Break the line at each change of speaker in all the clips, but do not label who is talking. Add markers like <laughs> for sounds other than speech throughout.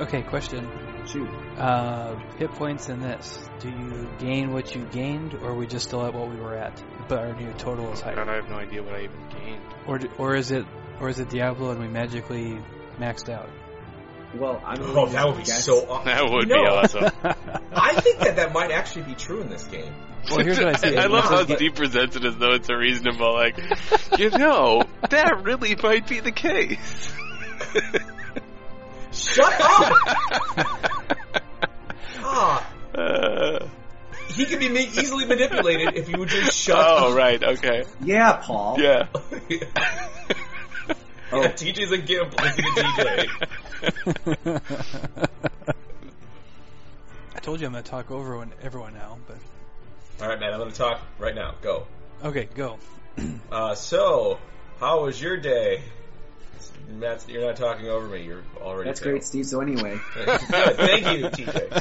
Okay, question.
Shoot.
Uh, hit points in this. Do you gain what you gained, or are we just still at what we were at, but our new total is
God,
higher?
I have no idea what I even gained.
Or d- or is it or is it Diablo and we magically maxed out?
Well, I'm.
Oh,
gonna
that would be
guess-
so
<laughs>
awesome.
<laughs> That would be
No.
awesome.
I think that that might actually be true in this game.
Well, here's what I
<laughs>
see.
<laughs> I love how
It says-
Steve presents it as though it's a reasonable, <laughs> like, you know, that really might be the case. <laughs>
Shut
<laughs>
up! Ah,
Uh,
he could be ma- easily manipulated if you
<laughs>
would just shut
oh,
up.
right,
<laughs>
okay.
Yeah, Paul.
Yeah.
Oh.
yeah, TJ's a gimp. Listen to TJ.
<laughs> I told you I'm going to talk over one- everyone now, but
All right, man. I'm gonna talk right now. Go.
okay, go.
Uh, so, how was your day? Matt, you're not talking over me. You're already.
That's great, Steve. So anyway,
Good. <laughs> <laughs> Thank you,
<laughs>
TJ.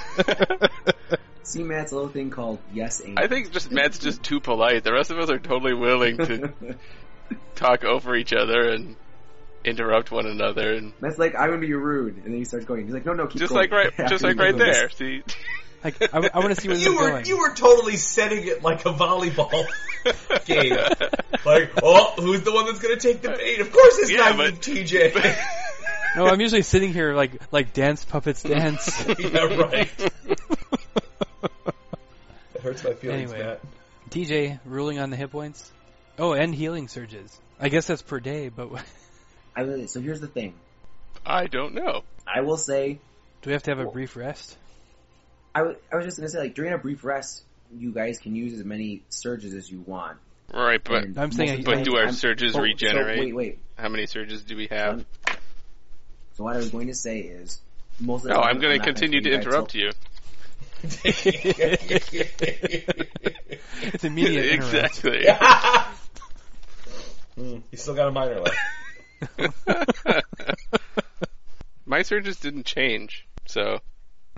see Matt's little thing called Yes Ain't. <laughs>
I think just Matt's just too polite. The rest of us are totally willing
<laughs>
to talk over each other and interrupt one another and
That's like I'm gonna be rude, and then he starts going. He's like, no, no, keep
just
going.
like right
<laughs> Yeah,
just
I'm
like
gonna
right
go this-
there. See?
Like, I, want to see where this
<laughs> You
is
were
going.
you were totally setting it like a volleyball <laughs> game. Like, oh, who's the one that's gonna take the bait? Of course it's
Yeah,
not you,
but-
TJ.
No, I'm usually sitting here like like dance puppets dance. <laughs>
<laughs> yeah, right. It hurts my feelings,
Anyway.
Matt. <laughs>
TJ ruling on the hit points. Oh, and healing surges. I guess that's per day, but do
I will- so here's the thing.
<laughs> I don't know.
I will say,
we have to have a brief rest?
I wa- I was just gonna say, like during a brief rest, you guys can use as many surges as you want.
Right, but
And
I'm saying-
most of the
but
time-
do our
I'm-
surges
oh, so
regenerate?
wait, wait.
How many surges do we have?
Um, So what I was going to say is, most of the
No,
time,
Oh, I'm going
not
to continue to
gonna tell guys
interrupt
till-
you.
<laughs>
<laughs>
It's immediate. interrupt.
exactly.
Hmm, you still got a minor left.
<laughs> My surges didn't change, so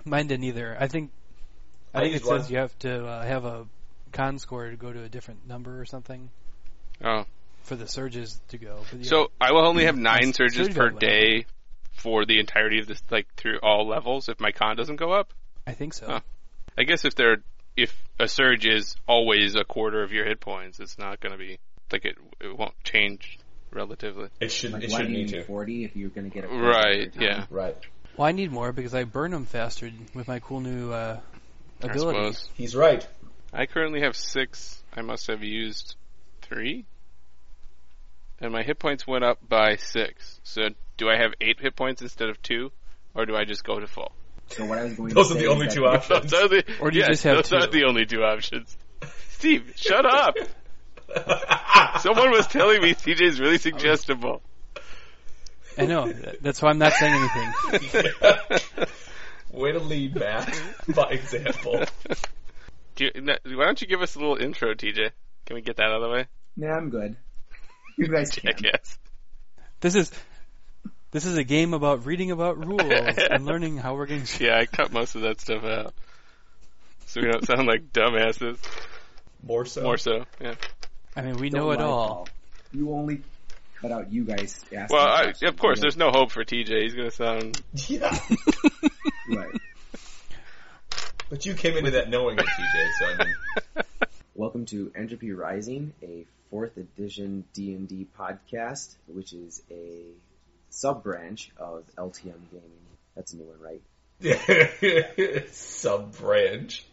Mine didn't either. I think I,
I
think it
used
says
one.
you have to uh, have a con score to go to a different number or something
oh,
for the surges to go. For the
so I will
Mm,
only have nine
Nice.
surges
Surge
per
leveling.
day for the entirety of this, like through all levels. If my con doesn't go up,
I think so.
Huh. I guess if they're if a surge is always a quarter of your hit points, it's not going to be like it. It won't change relatively.
It shouldn't.
Like,
It
why do
shouldn't
you
need
need
to.
forty if you're gonna get a first
Right?
every
Yeah.
time?
Right.
Well, I need more because I burn them faster with my cool new uh,
I
ability.
suppose.
He's right.
I currently have six. I must have used three. And my hit points went up by six. So do I have eight hit points instead of two? Or do I just go to full?
So what I was going
Those
to
are
say
the
is
only
that-
two options.
Those
<laughs>
are the,
<laughs> Or do you
yes,
just have
those
two?
are the only two options. <laughs> Steve, shut
<laughs>
up! Someone was telling me CJ
<laughs>
is really suggestible.
I
<laughs>
know. That's why I'm not saying anything.
Way to lead, Matt, by example.
<laughs> Do you, no, why don't you give us a little intro, TJ? Can we get that out of the way?
Nah, I'm good. You
<laughs>
guys can.
I guess.
This is this is a game about reading about rules
<laughs>
and learning how we're getting.
Yeah, I cut most of that stuff out. So we don't sound like dumbasses.
More <laughs> so.
More so, yeah.
I mean, we
Don't
know it
lie,
all.
Paul. You only cut out you guys. asking
Well, I,
questions.
of course,
You
there's no hope for TJ. He's gonna sound.
<laughs>
<laughs>
Yeah.
<laughs>
know, right.
But you came into that knowing it, TJ. So I mean,
Welcome to Entropy Rising, a fourth edition D and D podcast, which is a sub branch of LTM gaming. That's a new one, right?
<laughs> Sub branch.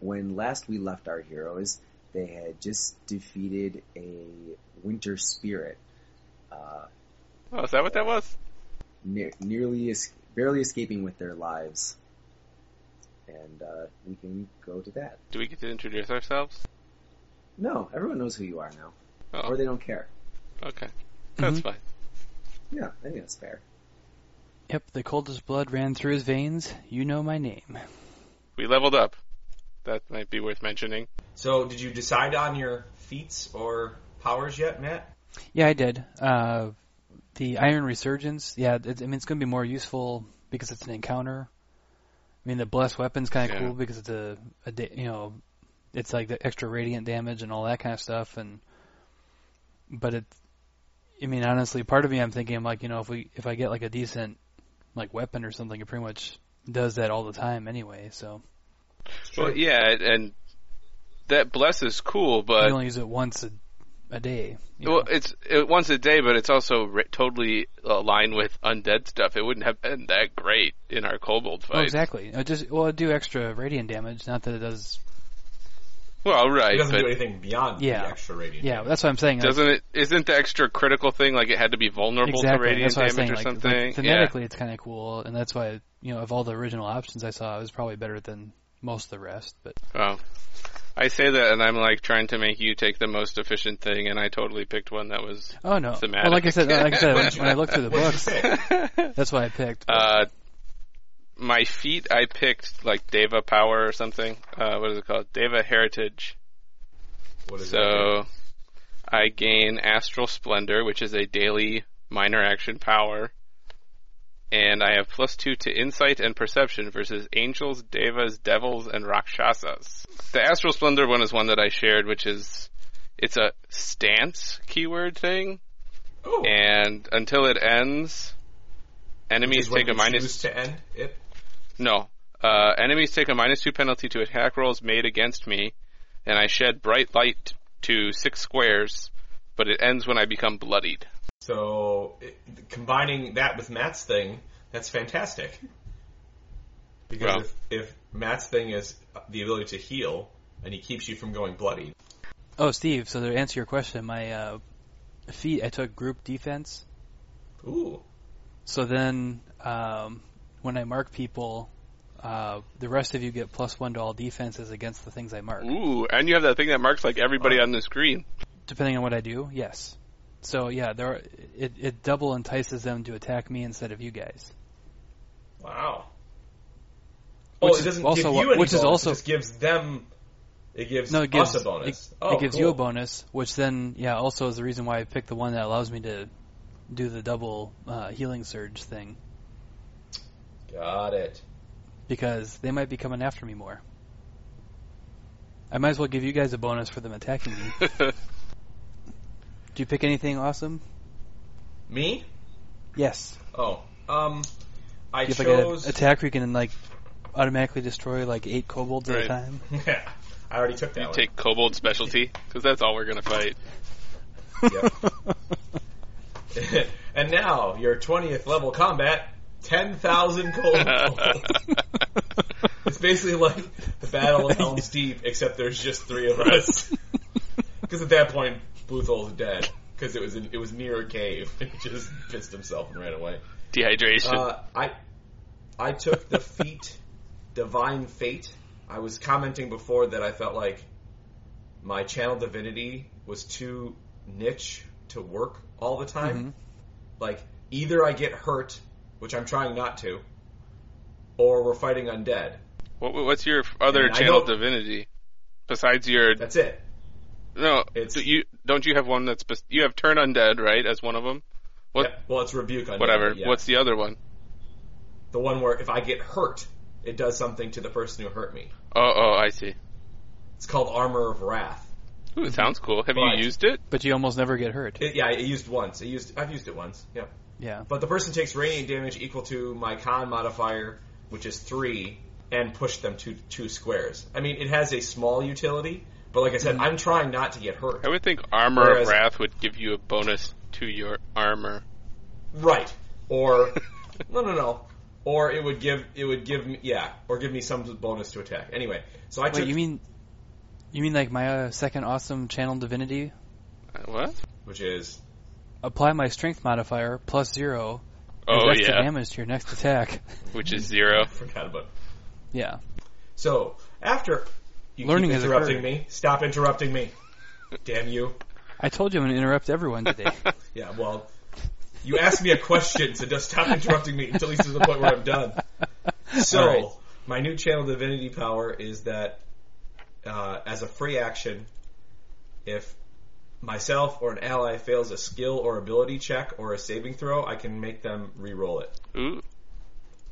When last we left our heroes, they had just defeated a winter spirit, uh,
Oh, is that what that was?
ne- nearly es- barely escaping with their lives, and uh, we can go to that.
Do we get to introduce ourselves?
No, everyone knows who you are now,
Oh,
or they don't care.
okay, that's
Mhm.
fine.
Yeah, I think that's fair.
Yep, the coldest blood ran through his veins. You know my name.
We leveled up. That might be worth mentioning.
So did you decide on your feats or powers yet, Matt?
Yeah, I did. Uh, the Iron Resurgence. Yeah, it, I mean it's going to be more useful because it's an encounter. I mean the blessed weapon's kind of
Yeah.
cool because it's a, a da- you know, it's like the extra radiant damage and all that kind of stuff. And but it, I mean honestly, part of me I'm thinking I'm like you know if we if I get like a decent like weapon or something, it pretty much does that all the time anyway. So
Well, yeah, and- and that bless is cool,
you
but
only use it once a, a day. you
well,
know.
it's it, once a day, but it's also ri totally aligned with undead stuff. It wouldn't have been that great in our kobold
Oh,
fight.
exactly. It just well, it do extra radiant damage. Not that it does.
Well,
It
right,
doesn't
but
do anything beyond
Yeah.
the extra radiant.
Yeah, that's what I'm saying. like,
doesn't it? Isn't the extra critical thing like it had to be vulnerable to
exactly.
radiant
That's what I was
damage
saying.
or
like, like,
something? yeah.
phonetically, it's kind of cool, and that's why you know of all the original options I saw, it was probably better than most of the rest. But
Oh. I say that, and I'm like trying to make you take the most efficient thing, and I totally picked one that
<laughs>
was
oh no,
Thematic.
well, like I said, like I said, when, when I looked
<laughs>
through the
What'd you
books,
say?
that's what I picked.
Uh, my feet, I picked like Deva Power or something. Uh, what is it called? Deva Heritage.
What is that?
So I gain Astral Splendor, which is a daily minor action power. And I have plus two to insight and perception versus angels, devas, devils, and rakshasas. The astral splendor one is one that I shared, which is, it's a stance keyword thing.
Oh,
and until it ends, enemies
is when
take a
you
minus.
choose to end it.
No, uh, enemies take a minus two penalty to attack rolls made against me, and I shed bright light to six squares, but it ends when I become bloodied.
So it, combining that with Matt's thing, that's fantastic. Because
Well.
if, if Matt's thing is the ability to heal, and he keeps you from going bloody,
Oh, Steve. So to answer your question, my uh, feet, I took group defense.
ooh,
So then, um, when I mark people, uh, the rest of you get plus one to all defenses against the things I mark.
Ooh, and you have that thing that marks like everybody on the screen.
Depending on what I do, yes. So yeah, there are, it it double entices them to attack me instead of you guys.
wow.
Which
oh, it
is
doesn't
also
give
what-
you any
which is
bonus,
also-
it just gives them. It gives
No, it gives
us a bonus.
It,
oh,
it gives
cool.
you a bonus, which then yeah, also is the reason why I picked the one that allows me to do the double uh, healing surge thing
Got it.
because they might be coming after me more. I might as well give you guys a bonus for them attacking me. Do you pick anything awesome?
Me?
Yes.
Oh, um, I
You have like an
chose.
attack where you can like automatically destroy like eight kobolds at
Right.
a time.
<laughs> yeah, I already took that
<laughs>
one.
Take kobold specialty because that's all we're gonna <laughs> fight.
<laughs>
<laughs>
and now your twentieth level combat, ten thousand
<laughs>
gold. It's basically like the Battle of Helm's Deep, except there's just three of us. <laughs> Because at that point, Boothol's dead. Because it was in, it was near a cave. <laughs> He just pissed himself and ran away.
Dehydration.
Uh, I I took the feat, <laughs> divine fate. I was commenting before that I felt like my channel divinity was too niche to work all the time.
Mm-hmm.
Mm-hmm.
Like either I get hurt, which I'm trying not to, or we're fighting undead.
what, what's your other
and I
channel
don't-
divinity besides your
That's it.
No,
It's-
do you don't you have one that's spec- you have turn undead right as one of them. What-
Yeah, well, it's rebuke undead.
Whatever.
yeah.
What's the other one?
the one where if I get hurt, it does something to the person who hurt me.
Oh, oh, I see.
It's called Armor of Wrath.
Ooh, it sounds cool. Have
Right.
you used it?
but you almost never get hurt.
It, yeah, I used once. I used. I've used it once. Yeah.
Yeah.
But the person takes radiant damage equal to my con modifier, which is three, and push them to two squares. I mean, it has a small utility, but like I said, I'm trying not to get hurt.
I would think armor
Whereas-
of wrath would give you a bonus to your armor. Uh,
Right. Or <laughs> no, no, no. Or it would give it would give me yeah, or give me some bonus to attack. Anyway, so I took
Wait, you mean you mean like my uh, second awesome channel divinity?
Uh, What?
which is <laughs>
Apply my strength modifier plus zero as
Oh
extra
yeah,
damage to your next attack.
which
<laughs>
is zero.
forgot about.
Yeah.
So after you
Learning
keep
has
interrupting
occurred.
me, stop interrupting me. Damn you!
I told you I'm gonna interrupt everyone
<laughs>
today.
Yeah, well, you asked me a question, so just stop interrupting me until at least to the point where I'm done. So,
All right.
my new channel divinity power is that uh, as a free action, if myself or an ally fails a skill or ability check or a saving throw, I can make them re-roll it
Ooh,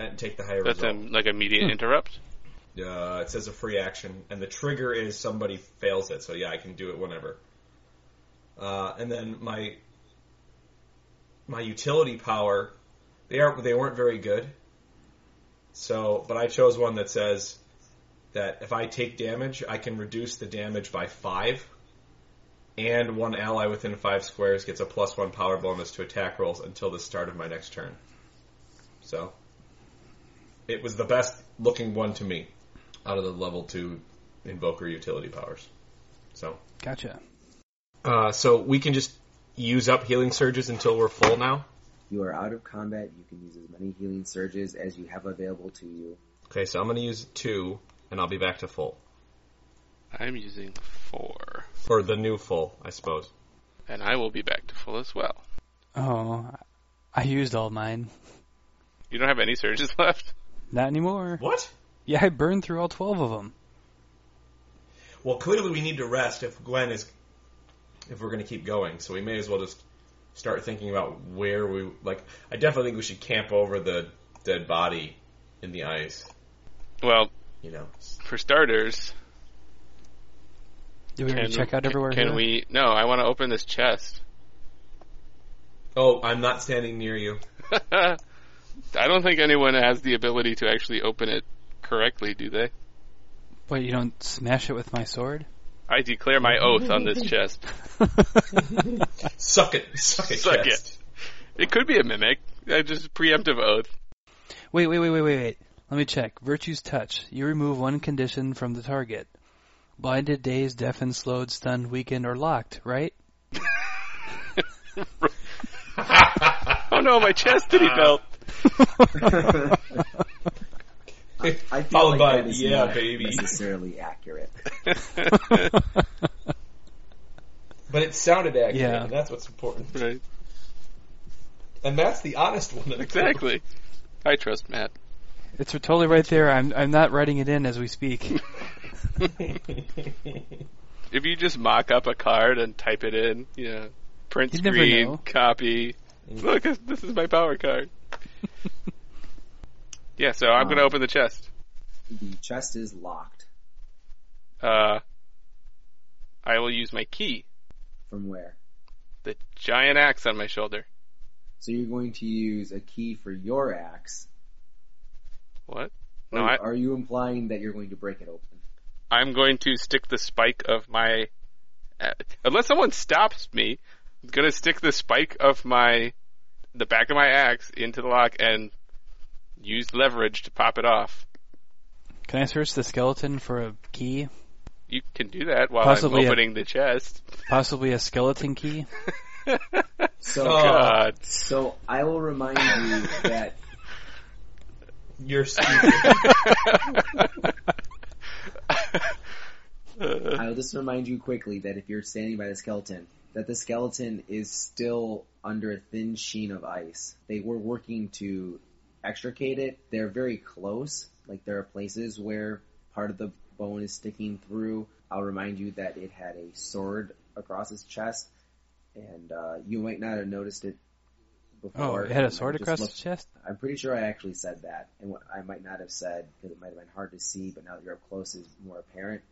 and take the higher
that's a,
result.
like immediate interrupt.
Uh, it says a free action, and the trigger is somebody fails it. So yeah, I can do it whenever. Uh, and then my my utility power They are they weren't very good. So, but I chose one that says that if I take damage, I can reduce the damage by five, and one ally within five squares gets a plus one power bonus to attack rolls until the start of my next turn. So, it was the best looking one to me out of the level two invoker utility powers. So.
<laughs> Gotcha.
Uh, so we can just use up healing surges until we're full now.
You are out of combat. You can use as many healing surges as you have available to you.
Okay, so I'm gonna use two, and I'll be back to full,
I'm using four.
or the new full, I suppose.
And I will be back to full as well.
Oh, I used all mine.
You don't have any surges <laughs> left?
Not anymore.
What?
Yeah, I burned through all 12 of them.
Well, clearly we need to rest if Glenn is, if we're gonna keep going. So we may as well just start thinking about where we like. I definitely think we should camp over the dead body in the ice.
Well,
You know.
for starters,
Did we already
can-
check out everywhere?
Can
here?
we? No, I want to open this chest. <laughs>
Oh, I'm not standing near you.
I don't think anyone has the ability to actually open it correctly, do they?
Wait, you don't smash it with my
<laughs>
sword?
I declare my oath
<laughs>
on this chest.
Suck it, suck it,
Suck
chest.
It could be a mimic. I just preemptive oath.
Wait, wait, wait, wait, wait, wait. Let me check. Virtue's touch. You remove one condition from the target. Blinded, dazed, deafened, slowed, stunned, weakened, or locked,
<laughs>
right?
Oh no, my chastity belt. <laughs>
I feel
Followed
like
by,
that is
"Yeah,
not
baby." <laughs>
necessarily accurate.
But it sounded accurate,
Yeah.
and that's what's important.
right.
And that's the honest one. Of the group. <laughs>
Exactly. I trust Matt.
It's totally right there. I'm I'm not writing it in as we speak. <laughs>
If you just mock up a card and type it in, you know, print
You never know.
screen, copy. Look, this is my
<laughs>
power card. yeah, so I'm gonna
Um,
open the chest.
The chest is locked.
Uh, I will use my key,
From where?
the giant axe on my shoulder.
So you're going to use a key for your axe.
What? No,
Or
I,
Are you implying that you're going to break it open?
I'm going to stick the spike of my. Uh, unless someone stops me, I'm gonna stick the spike of my, the back of my axe into the lock and use leverage to pop it off.
Can I search the skeleton for a key?
You can do that while
Possibly
I'm
a-
opening the chest.
Possibly a skeleton key?
So,
Oh.
Oh,
<laughs>
God. <laughs>
so I will remind you that
You're stupid.
<laughs>
Uh,
I'll just remind you quickly that if you're standing by the skeleton, that the skeleton is still under a thin sheen of ice. They were working to extricate it. They're very close. Like there are places where part of the bone is sticking through. I'll remind you that it had a sword across its chest, and uh, you might not have noticed it
Oh,
before.
it had a sword
Just
across
look-
its chest?
I'm pretty sure I actually said that, and what I might not have said because it might have been hard to see, but now that you're up close, is more apparent.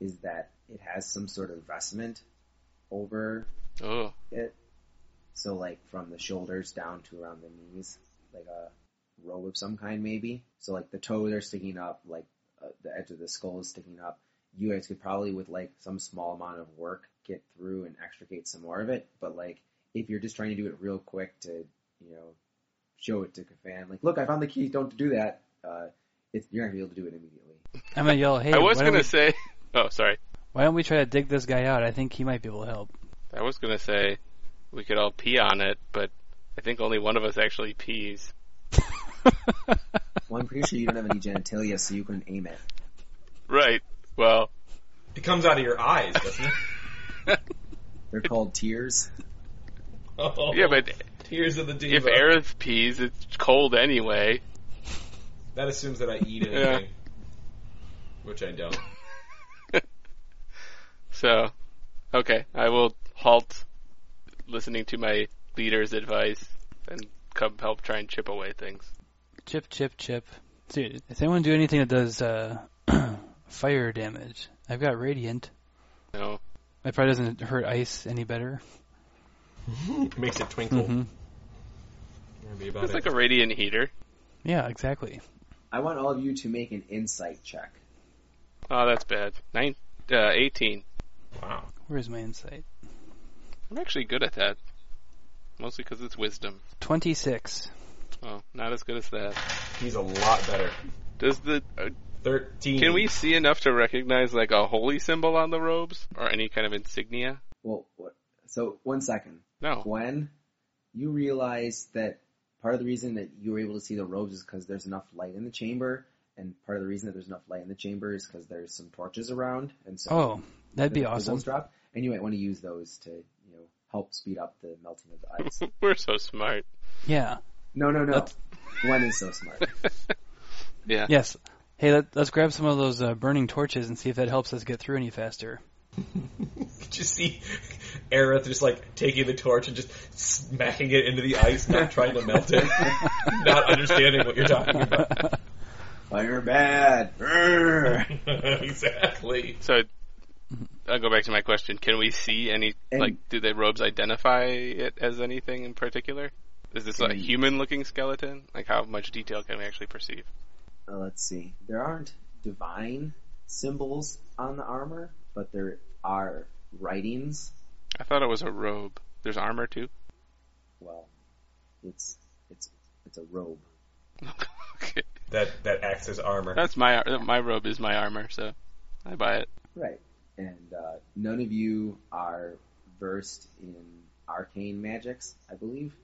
Is that it has some sort of vestment over
oh,
it, so like from the shoulders down to around the knees, like a robe of some kind, maybe. So like the toes are sticking up, like uh, the edge of the skull is sticking up. You guys could probably, with like some small amount of work, get through and extricate some more of it. But like if you're just trying to do it real quick to, you know, show it to Kafan, like, look, I found the key. Don't do that. Uh, it's, you're not gonna be able to do it immediately.
I'm gonna
<laughs>
yell, hey,
I was
why, don't
gonna
we,
say. Oh, sorry.
why don't we try to dig this guy out? I think he might be able to help.
I was gonna say we could all pee on it, but I think only one of us actually pees. <laughs>
Well, I'm pretty sure you don't have any genitalia, so you couldn't aim it.
Right. Well,
it comes out of your eyes, doesn't it?
They're called tears.
Oh,
<laughs> yeah, but
tears of the diva.
if Aerith pees, it's cold anyway.
that assumes that I eat
Yeah.
anything, which I <laughs> don't.
So, okay, I will halt listening to my leader's advice and come help try and chip away things.
Chip, chip, chip. Dude, does anyone do anything that does uh, <clears throat> fire damage? I've got radiant.
No,
That probably doesn't hurt ice any better.
Makes it twinkle.
Mhm.
Yeah. That'd be about
It's
it.
like a radiant heater.
Yeah, exactly.
I want all of you to make an insight check.
Oh, that's bad. Nine, uh, 18.
wow.
Where's my insight?
I'm actually good at that. Mostly because it's wisdom.
26.
Oh, not as good as that.
He's a lot better.
Does the uh,
Thirteen.
can we see enough to recognize like a holy symbol on the robes or any kind of insignia?
Well, what, so one second.
Oh.
No. <laughs>
Gwen, you realize that part of the reason that you were able to see the robes is because there's enough light in the chamber, and part of the reason that there's enough light in the chamber is because there's some torches around, and so
Oh, that'd
the
be
bubbles
awesome.
Drop, and you might want to use those to you know help speed up the melting of the ice.
We're so smart.
Yeah.
no, no, no.
That's-
Gwen is so smart.
yeah.
Yes. Hey, let, let's grab some of those uh, burning torches and see if that helps us get through any faster.
just see <laughs> Aerith just like taking the torch and just smacking it into the ice, not trying to melt
<laughs>
it, not understanding what you're talking about.
Fire bad. Urgh.
<laughs> exactly.
So I'll go back to my question. Can we see any
And-
like do the robes identify it as anything in particular? Is this a
Mm.
human looking skeleton? Like how much detail can we actually perceive?
Uh, let's see. There aren't divine symbols on the armor, but there are writings
I thought it was a robe. There's armor too.
well, it's it's it's a robe.
<laughs> okay.
That that acts as armor.
That's my my robe is my armor, so I buy it.
Right. And uh, none of you are versed in arcane magics, I believe.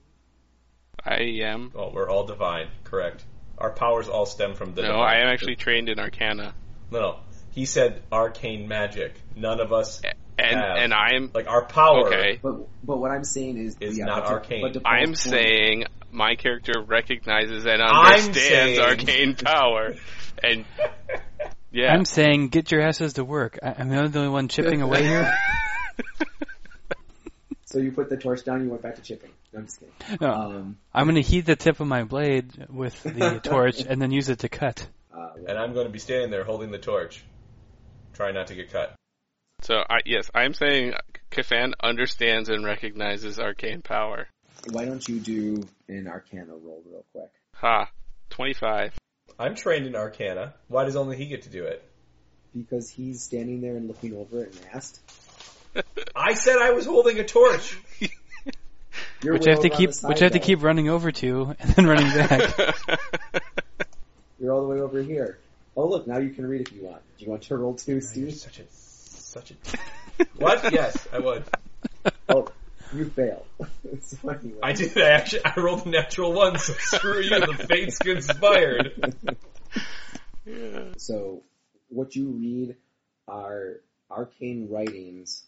I am.
Well, we're all divine, correct? Our powers all stem from the.
No,
divine.
I am actually trained in Arcana,
No, no. He said arcane magic. None of us
and
Have.
and I'm
like our power.
okay.
But but what I'm saying is
Is
but
not
to-
arcane.
but to Paul's
I'm
point-
saying my character recognizes and
I'm
understands
saying-
arcane power,
<laughs>
and yeah,
I'm saying get your asses to work. I, I'm the only one chipping away <laughs>
<laughs>
here.
So you put the torch down, you went back to chipping. No, I'm just kidding.
No,
Um,
I'm going to heat the tip of my blade with the torch and then use it to cut.
uh,
And I'm going to be standing there holding the torch, trying not to get cut.
so I yes, I'm saying Kafan understands and recognizes arcane power.
why don't you do an Arcana roll real quick?
Ha, twenty five.
I'm trained in arcana. Why does only he get to do it?
Because he's standing there and looking over it and asked.
I said I was holding a
<laughs>
torch.
Your
Which I have
will's
to
on
keep,
the side,
which I have to
though.
keep running over to <laughs> and then
<laughs>
running back.
<laughs>
You're all the way over here. Oh look, now you can read if you want. Do you want to roll two,
You're
Steve?
such a such a.
<laughs>
What? Yes, I would.
Oh, you fail. <laughs> so anyway.
I did. I actually I rolled a natural one, so screw you. The fates conspired.
So what you read are arcane writings,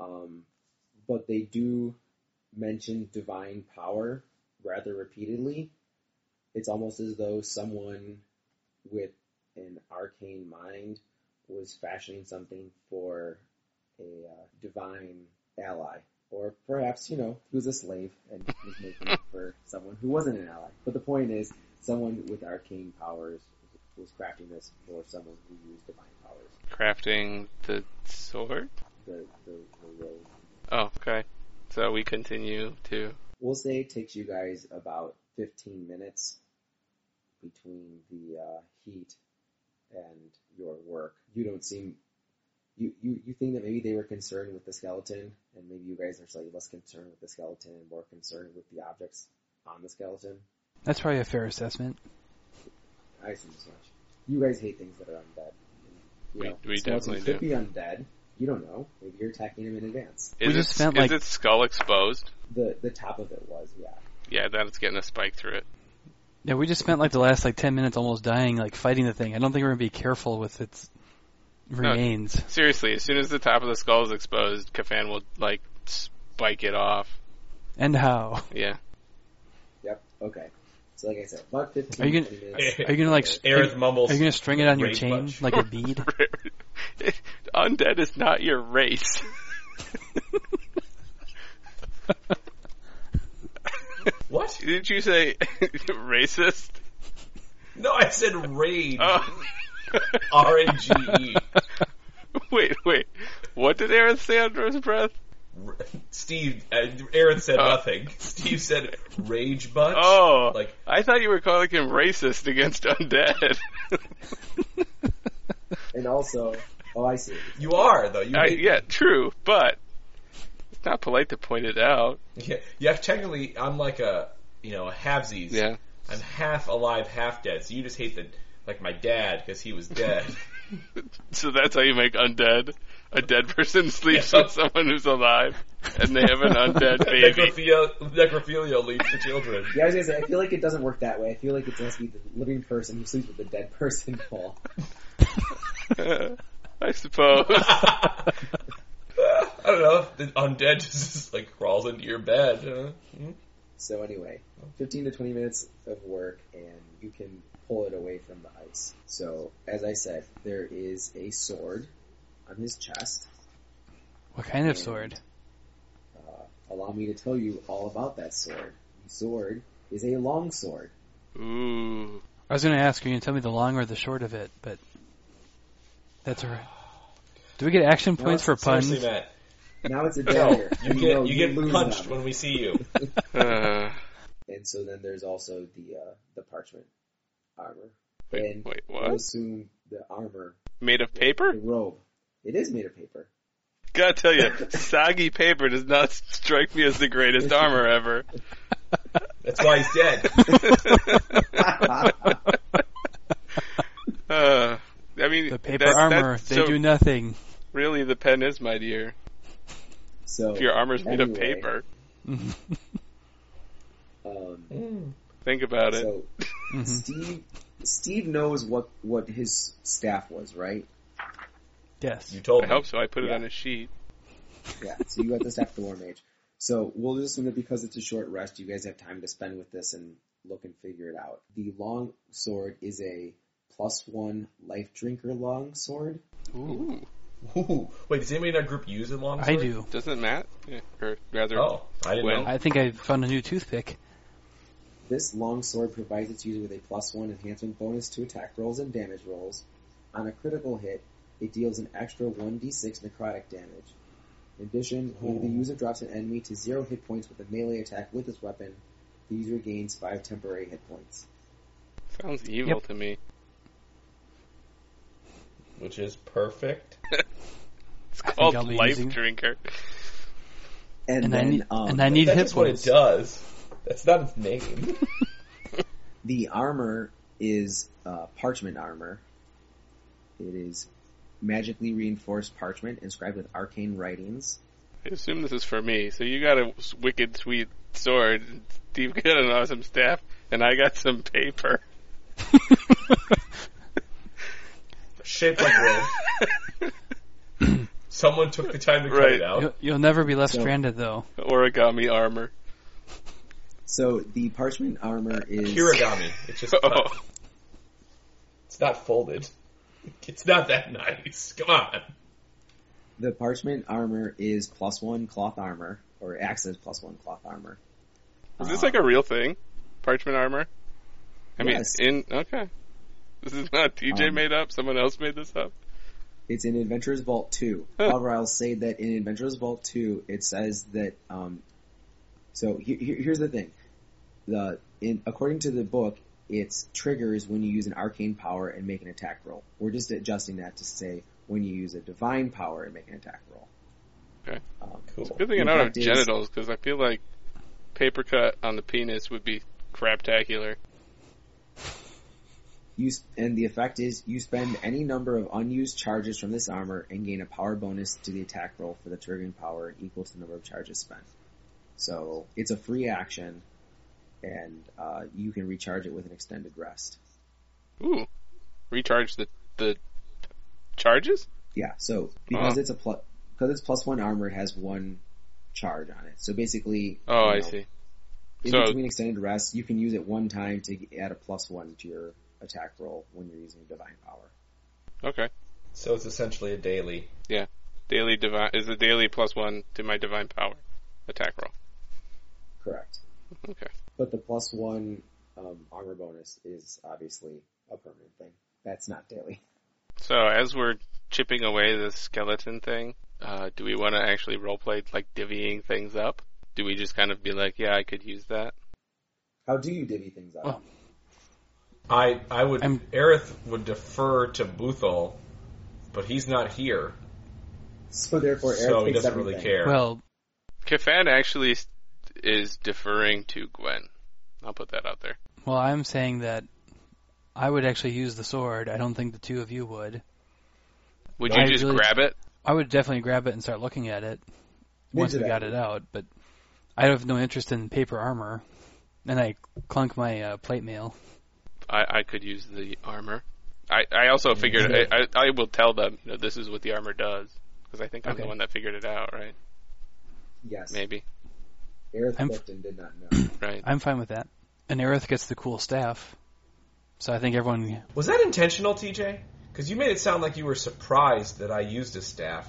um, but they do mention divine power rather repeatedly. It's almost as though someone with an arcane mind was fashioning something for a uh, divine ally. Or perhaps, you know, he was a slave and was making it for someone who wasn't an ally. But the point is, someone with arcane powers was crafting this for someone who used divine powers.
Crafting the sword.
The, the, the road.
Oh, okay. So we continue to
We'll say it takes you guys about 15 minutes between the uh, heat and your work. You don't seem. You, you, you think that maybe they were concerned with the skeleton, and maybe you guys are slightly less concerned with the skeleton and more concerned with the objects on the skeleton.
That's probably a fair assessment.
I assume as much. You guys hate things that are undead. You
We-
know,
we
skeleton
definitely
could
do.
be undead. You don't know. Maybe you're attacking him in advance.
is
We
it,
just spent,
is
like-
its skull exposed?
The the top of it was yeah.
Yeah, that it's getting a spike through it.
Yeah, we just spent like the last like 10 minutes almost dying, like fighting the thing. I don't think we're going to be careful with its remains.
Seriously, as soon as the top of the skull is exposed, Kafan will like spike it off.
And how?
Yeah.
Yep. Okay. So like I said, about 15
Are you gonna-
20 minutes.
Are you going to like, s- are,
Aerith mumbles.
are you going to string it on your
Great
chain
clutch.
like a
<laughs>
bead?
<laughs> Undead is not your race. <laughs>
What?
Didn't you say <laughs> racist?
No, I said rage.
Oh.
R A G E.
<laughs> Wait, wait. What did Aaron say under his breath?
Steve, uh, Aaron said
Oh.
nothing. Steve said rage butt.
Oh,
Like-
I thought you were calling him racist against <laughs> undead.
And also, oh, I see.
You are though. You
I,
hate-
Uh, yeah, true, but it's not polite to point it out.
<laughs> yeah. yeah. Technically, I'm like a you know a halvesies.
Yeah.
I'm half alive, half dead. So you just hate the like my dad because he was dead. <laughs>
So that's how you make undead. A dead person <laughs> sleeps
Yeah.
with someone who's alive, and <laughs> they have an undead <laughs> baby.
necrophilia, necrophilia leads to
<laughs>
children.
Yeah, I was gonna say, I feel like it doesn't work that way. I feel like it has to be the living person who sleeps with the dead <laughs> person, Paul.
<laughs> I <laughs> suppose.
I don't know. The undead just, just, like crawls into your bed. Huh?
So anyway, 15 to 20 minutes of work and you can pull it away from the ice. So, as I said, there is a sword on his chest.
What kind of sword?
Allow me to tell you all about that sword. The sword is a long sword.
Ooh.
I was going to ask, are you going to tell me the long or the short of it? But that's all right. Do we get action
No,
points for puns?
Seriously, Matt.
Now it's a
<laughs> No,
dagger.
you
and
get
know
you get
lose
punched
them.
when we see you.
Uh,
And so then there's also the uh, the parchment armor.
wait,
and
wait,
we'll
what?
assume the armor,
Made of
the
paper?
robe. It is made of paper.
<laughs>
Gotta tell you, soggy paper does not strike me as the greatest armor
<laughs>
ever.
That's why he's
<laughs>
dead.
Uh, I mean,
The paper
that- that-
armor, they
so
do nothing. <laughs>
Really, the pen is mightier.
So
If your armor's made of
Anyway.
paper,
Mm-hmm.
um,
Mm.
think about it.
so Steve Steve knows what what his staff was, right?
Yes.
You told
I
me.
hope so. I put it
Yeah.
on a sheet.
Yeah. So you got the staff of the war mage. So we'll assume that because it's a short rest, you guys have time to spend with this and look and figure it out. The long sword is a plus one life drinker long sword.
Ooh,
Ooh. Wait, does anybody in our group use a long
I
sword?
do.
Doesn't Matt? Yeah, Or rather,
Oh, I didn't
Well,
know.
I think I found a new toothpick.
This long sword provides its user with a plus one enhancement bonus to attack rolls and damage rolls. On a critical hit, it deals an extra 1d6 necrotic damage. In addition, when
Hmm.
the user drops an enemy to zero hit points with a melee attack with this weapon, the user gains five temporary hit points.
sounds evil
Yep.
to me.
Which is perfect.
It's
think
called
I'll be
Life
using-
Drinker.
And,
And I
then,
need-
um,
and I need- Eat
That's
hit
just what it
points.
does. That's not its name.
the armor is uh, parchment armor. It is magically reinforced parchment inscribed with arcane writings.
I assume this is for me. So you got a s- wicked sweet sword. and Steve got an awesome staff, and I got some paper. <laughs>
Shaped like wood. Someone took the time to cut
Right.
it out.
You'll, you'll never be left
So-
stranded, though.
Origami armor.
So the parchment armor is
Kirigami. It's just cut.
<laughs> Oh,
It's not folded. It's not that nice. Come on.
The parchment armor is plus one cloth armor, or acts as plus one cloth armor.
is this like a real thing? Parchment armor? I mean,
Yes.
in okay. This is not TJ
Um,
made up. Someone else made this up.
It's in Adventurer's Vault 2.
Huh.
However, I'll say that in Adventurer's Vault 2, it says that, um, so he- he- here's the thing. The, in, according to the book, it's triggers when you use an arcane power and make an attack roll. We're just adjusting that to say when you use a divine power and make an attack roll.
Okay.
Um,
Cool.
Good thing I
In
don't have
fact, is-
genitals because I feel like paper cut on the penis would be craptacular.
You sp- and the effect is you spend any number of unused charges from this armor and gain a power bonus to the attack roll for the triggering power equal to the number of charges spent. So it's a free action, and uh, you can recharge it with an extended rest.
Ooh, recharge the the charges.
Yeah. So because
Huh.
it's a plus because it's plus one armor, it has one charge on it. So basically,
Oh,
you
I
know,
see.
In
So-
between extended rests, you can use it one time to add a plus one to your attack roll when you're using divine power.
Okay.
So it's essentially a daily.
Daily divine is the daily plus one to my divine power attack roll.
Correct.
Okay.
But the plus one um, armor bonus is obviously a permanent thing. That's not daily.
So as we're chipping away this skeleton thing, Uh, do we want to actually roleplay like divvying things up? Do we just kind of be like, yeah, I could use that?
How do you divvy things up?
Oh.
Well-
I I would
I'm-
Aerith would defer to Buthel, but he's not here,
so therefore, Eric
so he
takes
doesn't
everything.
really care.
Well,
Kafan actually s- is deferring to Gwen. I'll put that out there.
well, I'm saying that I would actually use the sword. I don't think the two of you would.
Would
I
you just
really-
grab it?
I would definitely grab it and start looking at it once we
Ninja
got it out, but I have no interest in paper armor. And I clunk my uh, plate mail.
I, I could use the armor. I, I also figured I, I, I will tell them you know, this is what the armor does because I think I'm the
Okay.
one that figured it out, right?
Yes.
Maybe, <laughs>
Aerith
I'm-
Clifton did not know.
right?
I'm fine with that. And Aerith gets the cool staff. So I think everyone.
Was that intentional, TJ? Because you made it sound like you were surprised that I used a staff.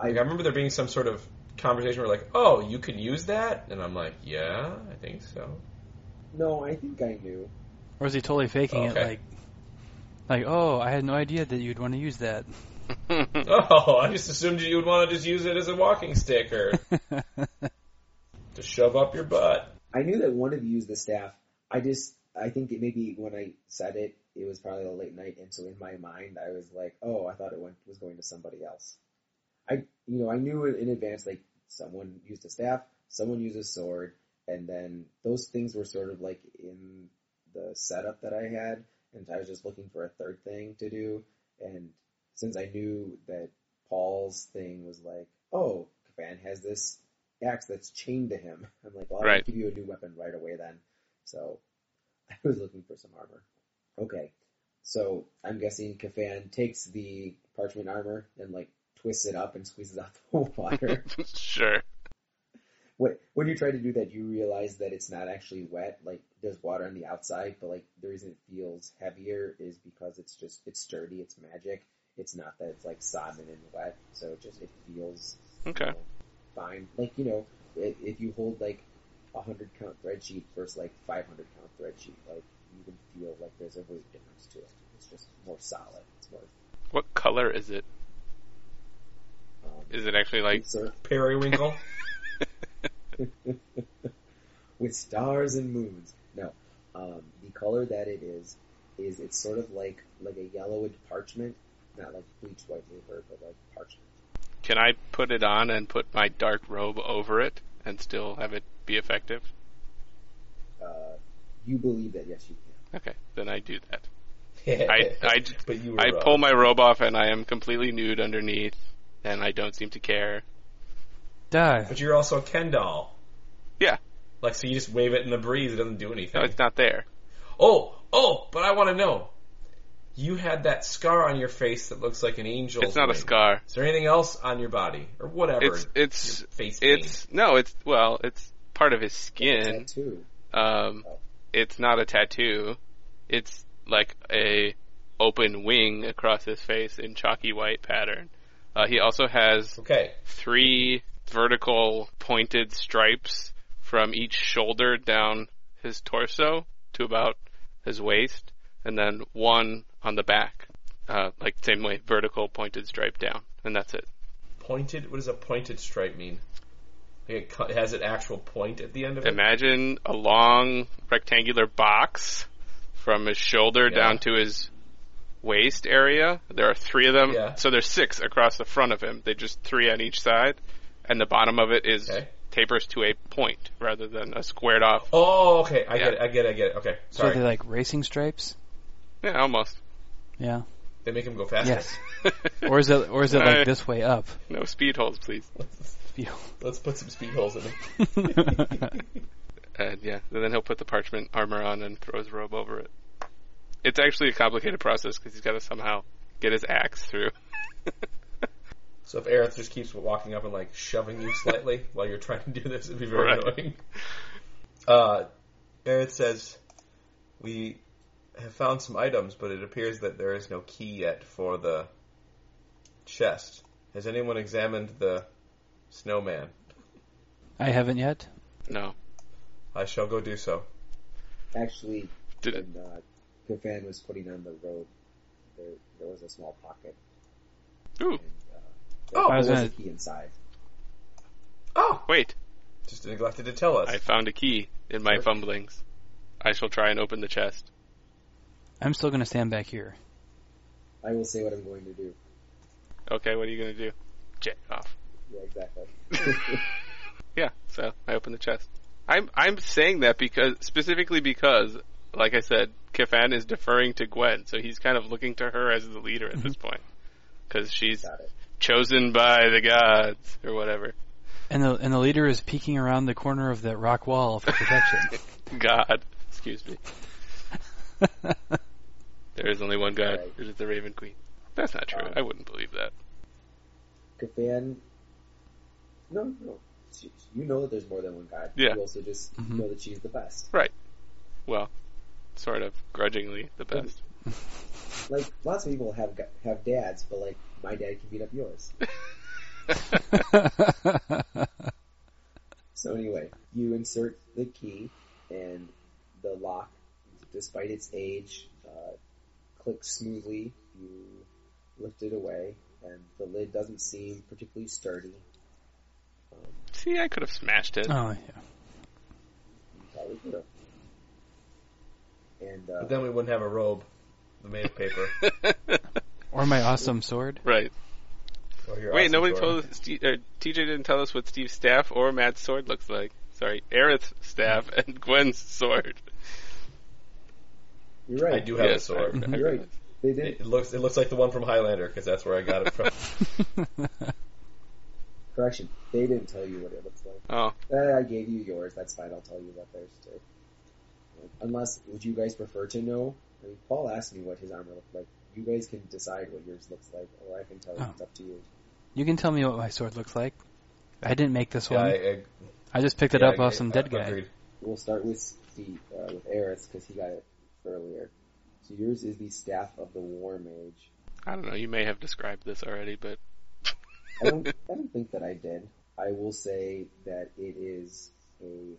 I-
Like, I remember there being some sort of conversation where like, "Oh, you could use that," and I'm like, "Yeah, I think so." <laughs>
no, I think I knew.
Or is he totally faking
Okay.
it? Like, like, oh, I had no idea that you'd want to use that.
Oh, I just assumed you would want to just use it as a walking stick or to shove up your butt.
I knew that one of you used the staff. I just, I think it maybe when I said it, it was probably a late night, and so in my mind, I was like, oh, I thought it went was going to somebody else. I, you know, I knew in advance, like someone used a staff, someone used a sword, and then those things were sort of like in the setup that I had, and I was just looking for a third thing to do, and since I knew that Paul's thing was like, oh, Kavan has this axe that's chained to him. <laughs> I'm like, well, I'll
Right.
give you a new weapon right away then. So I was looking for some armor. Okay. So I'm guessing Kafan takes the parchment armor and like twists it up and squeezes out the <laughs> water.
sure.
Wh- when you try to do that, you realize that it's not actually wet. Like there's water on the outside, but like the reason it feels heavier is because it's just it's sturdy, it's magic. It's not that it's like sodden and wet, so it just it feels
Okay.
you know, fine. Like you know, if, if you hold like a hundred count thread sheet versus like five hundred count thread sheet, like you can feel like there's a weight difference to it. It's just more solid. It's more
What color is it?
um,
Is it actually like
sort of
Periwinkle.
with stars and moons. No, um, the color that it is is it's sort of like like a yellowed parchment, not like bleached white paper, but like parchment.
Can I put it on and put my dark robe over it and still have it be effective?
Uh, you believe that? Yes, you can.
Okay, then I do that. <laughs>
<laughs>
I I j-
but you were uh,
I
wrong.
pull my robe off and I am completely nude underneath, and I don't seem to care.
<laughs> Duh.
But you're also a Ken doll.
Yeah.
Like so, you just wave it in the breeze. It doesn't do anything.
No, it's not there.
Oh, oh! But I want to know. You had that scar on your face that looks like an angel.
It's not a scar.
Is there anything else on your body or whatever?
It's it's
your face
it's no, it's well, it's part of his skin.
Tattoo.
Um, it's not a tattoo. It's like a open wing across his face in chalky white pattern. Uh, he also has
pain. Okay.
three vertical pointed stripes from each shoulder down his torso to about his waist, and then one on the back. Uh, like same way, vertical pointed stripe down, and that's it.
Pointed. What does a pointed stripe mean? Like it cut- has an actual point at the end of it.
Imagine a long rectangular box from his shoulder
Yeah.
down to his waist area. There are three of them,
Yeah.
so there's six across the front of him. They just three on each side, and the bottom of it is
Okay.
tapers to a point rather than a squared off
Oh, okay. I
Yeah.
get it. I get it. I get it. Okay.
So
Sorry.
they're like racing stripes.
Yeah, almost.
Yeah.
they make him go faster.
Yes. Or is it? Or is it
Uh, <laughs>
like this way up?
no speed holes, please.
<laughs> Let's put some speed holes in it.
<laughs>
And yeah, and then he'll put the parchment armor on and throw his robe over it. It's actually a complicated process because he's got to somehow get his axe through. <laughs>
So if Aerith just keeps walking up and like shoving you
<laughs>
slightly while you're trying to do this, it'd be very
Right.
annoying. Uh, Aerith says, "We have found some items, but it appears that there is no key yet for the chest. Has anyone examined the snowman?
<laughs> I haven't yet.
No,
I shall go do so.
Actually,
did it?
when uh, Kafan was putting on the robe, there there was a small pocket,
Ooh,
and uh,
Oh,
there
I was
was
gonna-
a key inside.
Oh,
Wait,
just neglected to tell us.
I found a key in my
Sure.
fumblings. I shall try and open the chest.
I'm still gonna stand back here.
I will say what I'm going to do.
Okay, what are you gonna do? Jet off.
Yeah, exactly.
<laughs> yeah, so I open the chest. I'm I'm saying that because specifically because, like I said, Kifan is deferring to Gwen, so he's kind of looking to her as the leader at this point, because she's
Got it.
chosen by the gods or whatever.
And the and the leader is peeking around the corner of that rock wall for protection.
<laughs> God, excuse me. There is only one god.
Right.
It is the Raven Queen. That's not true.
Um,
I wouldn't believe that.
Catan. No, no. She- You know that there's more than one god.
Yeah.
You also just
Mm-hmm.
Mhm.
know that she's the best.
Sort of grudgingly, the best.
Like lots of people have g- have dads, but like my dad can beat up yours. So anyway, you insert the key and the lock, despite its age, uh, clicks smoothly. You lift it away, and the lid doesn't seem particularly sturdy. Um,
See, I could have smashed it.
<laughs> oh yeah.
you probably could have. And
But
uh,
then we wouldn't have a robe made of paper.
Or my awesome sword.
<laughs> right.
Or your
Wait,
awesome
nobody
sword.
told us. Steve, or TJ didn't tell us what Steve's staff or Matt's sword looks like. Sorry, Aerith's staff <laughs> and Gwen's sword.
you're right.
I do have
Yes,
a sword.
I- I
You're right.
realize.
They did
It it looks it looks like the one from Highlander because that's where I got it from.
correction. They didn't tell you what it looks like.
Oh,
Eh, I gave you yours. That's fine. I'll tell you what theirs too. Unless, would you guys prefer to know? I mean, Paul asked me what his armor looked like. You guys can decide what yours looks like, or I can tell you.
Oh.
It's up to you.
<laughs> You can tell me what my sword looks like. I didn't make this
Yeah,
one.
I, I,
I just picked it
yeah,
up
I-
off some
I-
dead guy.
agreed.
We'll start with Steve, uh, with Aerith, because he got it earlier. So yours is the staff of the War Mage.
I don't know. You may have described this already, but
I don't, I don't think that I did. I will say that it is a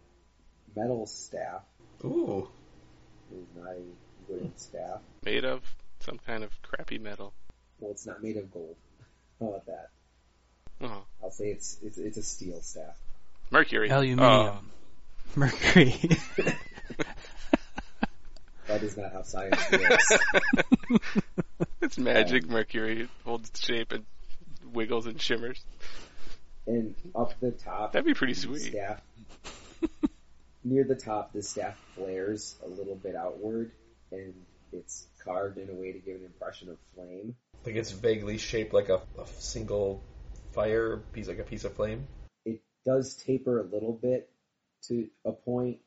metal staff.
Ooh,
It is not a wooden staff.
made of some kind of crappy metal.
Well, it's not made of gold. How about that?
Oh,
I'll say it's it's, it's a steel staff.
mercury. Oh,
Aluminium.
<laughs>
Mercury. <laughs>
That is not how
<laughs>
science works.
it's magic. Mercury It holds its shape and wiggles and shimmers.
and up the top,
That'd be pretty
the
sweet.
staff near the top, the staff flares a little bit outward, and it's carved in a way to give an impression of flame.
I think it's vaguely shaped like a, a single fire piece, like a piece of flame.
It does taper a little bit to a point,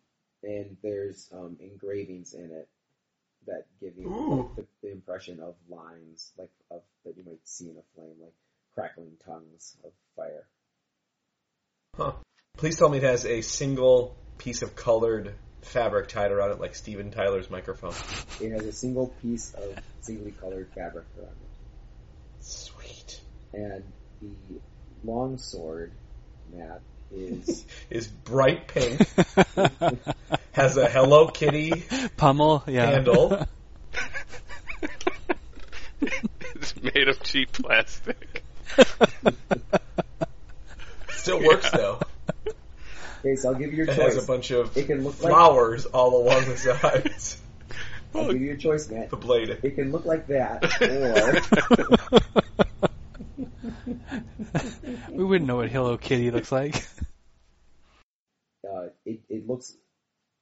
and there's um, engravings in it that give you
Ooh.
the, the impression of lines, like of that you might see in a flame, like crackling tongues of fire.
Huh. Please tell me it has a single piece of colored fabric tied around it, like Steven Tyler's microphone.
It has a single piece of singly colored fabric around it.
Sweet.
and the longsword, Matt,
<laughs>
is
Is bright pink. has a Hello Kitty
Pummel, yeah. <laughs>
handle.
<laughs> it's made of cheap plastic. <laughs>
<laughs>
Still works though.
okay. So I'll give you your
It has
choice.
a bunch of
It can look like
flowers all along the sides. <laughs>
I'll give you your choice, Matt.
The blade.
It can look like
<laughs>
that, or
we wouldn't know what Hello Kitty looks like.
uh, it, it looks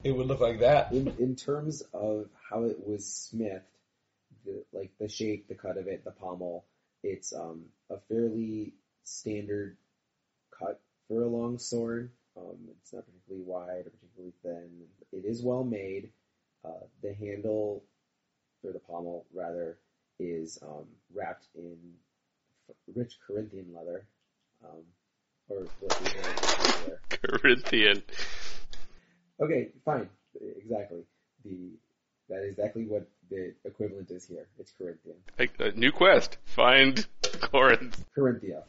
It would look like that. <laughs>
in in terms of how it was smithed, the, like the shape, the cut of it, the pommel. It's um, a fairly standard cut for a long sword. Um, it's not particularly wide or particularly thin. It is well made. Uh, the handle, or the pommel rather, is um, wrapped in f- rich Corinthian leather, um, or what we call it, leather.
Corinthian.
Okay, fine. Exactly. The that is exactly what the equivalent is here. It's Corinthian.
Like, uh, new quest. Find Corinth.
Corinthia.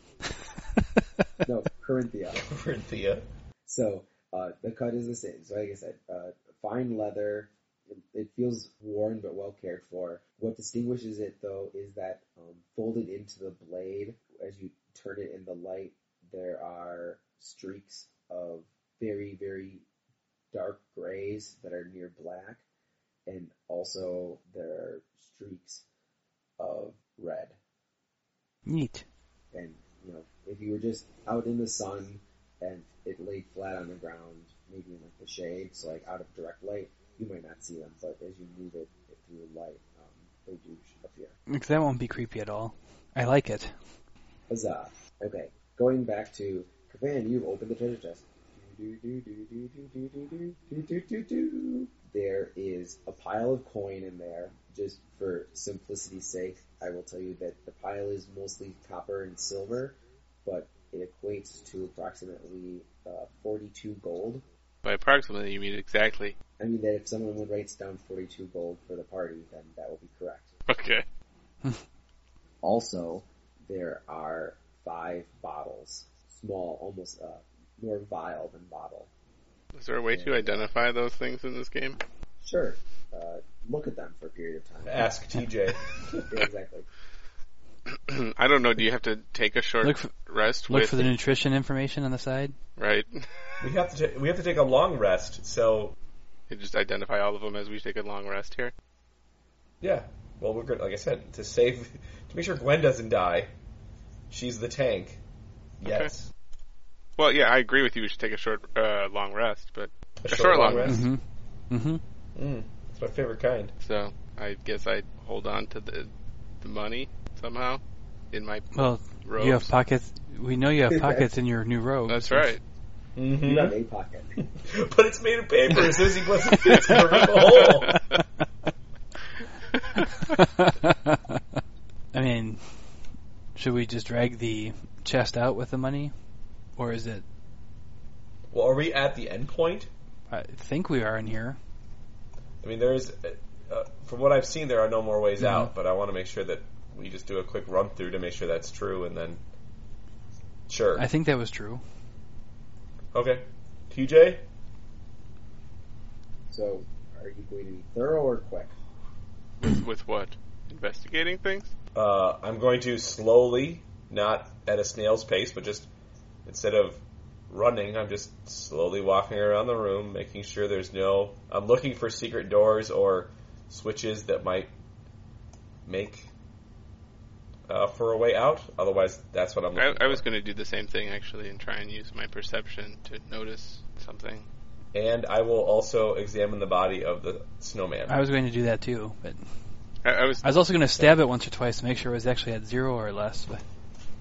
no, Corinthia.
Corinthia.
So uh, the cut is the same. So like I said, uh, fine leather, It, it feels worn but well cared for. What distinguishes it though is that um, folded into the blade as you turn it in the light, there are streaks of very, very dark grays that are near black, and also there are streaks of red.
Neat.
And you know, if you were just out in the sun and it laid flat on the ground, maybe in like the shade, so like out of direct light, you might not see them. But as you move it, it through the light, um, they do appear.
Because that won't be creepy at all. I like it.
Huzzah! Okay, going back to Kavan, you've opened the treasure chest. Do, do, do, do, do, do, do, do, do, do, do, do. There is a pile of coin in there. Just for simplicity's sake, I will tell you that the pile is mostly copper and silver, but it equates to approximately uh, 42 gold.
By approximately, you mean exactly.
I mean that if someone would writes down 42 gold for the party, then that will be correct.
Okay.
Also, there are five bottles, small, almost uh, more vial than bottle.
Is there a way to identify those things in this game?
Sure, uh, look at them for a period of time.
Ask TJ.
<laughs> Yeah, exactly.
<clears throat> I don't know. Do you have to take a short
Look for,
rest
look
with
for the nutrition information on the side.
right?
we have to ta- we have to take a long rest. So
You just identify all of them as we take a long rest here.
yeah. Well, we're good. Like I said, to save to make sure Gwen doesn't die, she's the tank. Yes.
Well, yeah, I agree with you. We should take a short, uh, long rest, but
A
short long rest.
Mm-hmm. Mm-hmm.
Mm, it's my favorite kind.
so I guess I hold on to the the money somehow in my
Well,
robes.
you have pockets. We know you have pockets in your new robe.
That's right.
You have
Mm-hmm.
a pocket.
<laughs> But it's made of paper. As soon as he puts it, it's gonna rip a hole.
<laughs> I mean, should we just drag the chest out with the money, or is it?
Well, are we at the end point?
I think we are in here.
I mean, there is, uh, uh, from what I've seen, there are no more ways
Mhm.
out. But I want to make sure that we just do a quick run through to make sure that's true, and then sure.
I think that was true.
okay, TJ.
So, are you going to be thorough or quick?
<laughs> With what? Investigating things?
uh, I'm going to slowly, not at a snail's pace, but just instead of running, I'm just slowly walking around the room, making sure there's no. I'm looking for secret doors or switches that might make uh, for a way out. Otherwise, that's what I'm
I,
looking
I was
for.
going to do the same thing actually and try and use my perception to notice something.
And I will also examine the body of the snowman.
I was going to do that too, but
I, I was.
I was also going to stab it once or twice to make sure it was actually at zero or less. But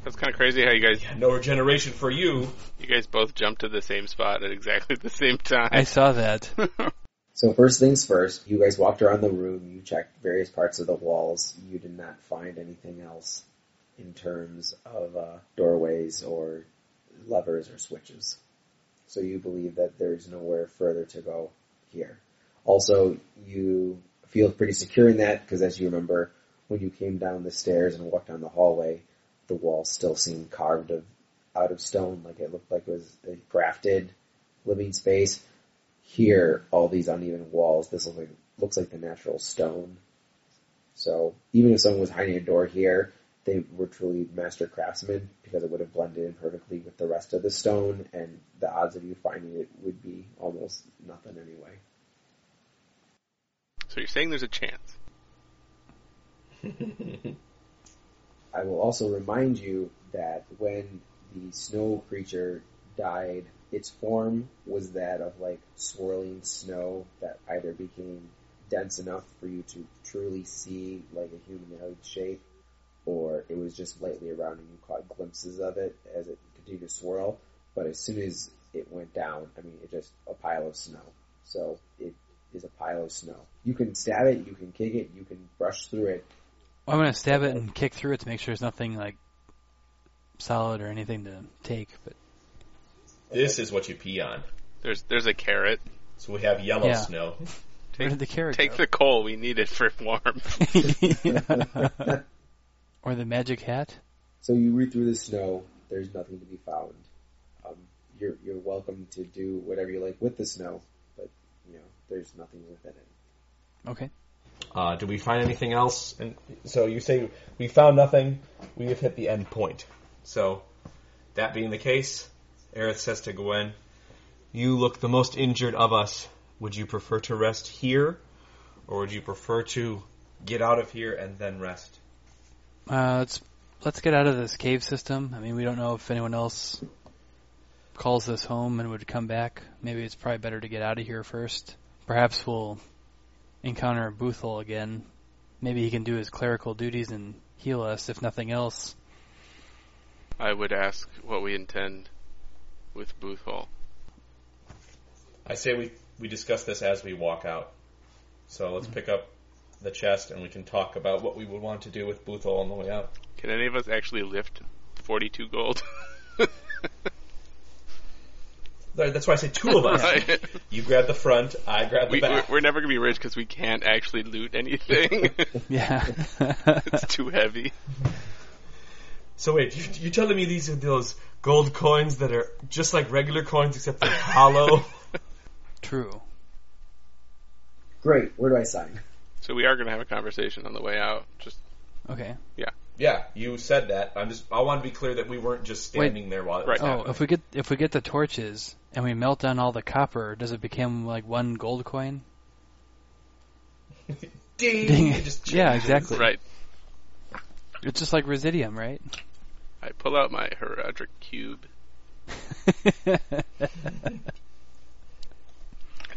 That's kind of crazy how you guys
no regeneration
<laughs>
for you.
you guys both jumped to the same spot at exactly the same
I
time.
saw that.
<laughs>
So first things first, you guys walked around the room, you checked various parts of the walls, you did not find anything else in terms of uh, doorways or levers or switches. So you believe that there is nowhere further to go here. Also, you feel pretty secure in that because as you remember, when you came down the stairs and walked down the hallway, the wall still seemed carved of, out of stone, like it looked like it was a crafted living space here all these uneven walls. This looks like, looks like the natural stone. So even if someone was hiding a door here, they were truly master craftsmen because it would have blended in perfectly with the rest of the stone, and the odds of you finding it would be almost nothing anyway.
so you're saying there's a chance?
I will also remind you that when the snow creature died, its form was that of like swirling snow that either became dense enough for you to truly see like a humanoid shape, or it was just lightly around and you caught glimpses of it as it continued to swirl. But as soon as it went down, I mean, it just a pile of snow. So it is a pile of snow. You can stab it, you can kick it, you can brush through it,
I'm going to stab it and kick through it to make sure there's nothing like solid or anything to take. But
This is what you pee on.
There's there's a carrot.
So we have yellow
Yeah.
snow.
where did the carrot <laughs>
Take the coal. We need it for warmth.
go? or the magic hat?
So you read through the snow. There's nothing to be found. Um, you're you're welcome to do whatever you like with the snow, but you know there's nothing within it.
Okay.
Uh, do we find anything else? And so you say we found nothing. We have hit the end point. So that being the case, Aerith says to Gwen, "You look the most injured of us. Would you prefer to rest here, or would you prefer to get out of here and then rest?"
Uh, let's let's get out of this cave system. I mean, we don't know if anyone else calls this home and would come back. Maybe it's probably better to get out of here first. Perhaps we'll encounter Boothel again. Maybe he can do his clerical duties and heal us, if nothing else. <laughs>
I would ask what we intend with Booth Hall.
I say we we discuss this as we walk out. So let's pick up the chest and we can talk about what we would want to do with Boothol on the way out.
Can any of us actually lift 42 gold? <laughs>
Right, That's why I say
<laughs>
two of us. You grab the front, I grab the
we, we're,
back.
we're never going to be rich because we can't actually loot anything. <laughs>
Yeah. <laughs>
it's too heavy.
So wait, you, you're telling me these are those gold coins that are just like regular coins except they're hollow?
True.
Great. Where do I sign?
<laughs> So we are going to have a conversation on the way out. Just
Okay.
<laughs> yeah, you said that. I'm just I want to be clear that we weren't just
Wait.
standing there while it
Right.
was
Oh,
happening.
if we get if we get the torches and we melt down all the copper, does it become like one gold coin?
<laughs> Ding!
Oh. Ding.
It just
Yeah,
changes.
exactly.
right.
It's just like residium, right? <laughs>
I pull out my Herodric cube.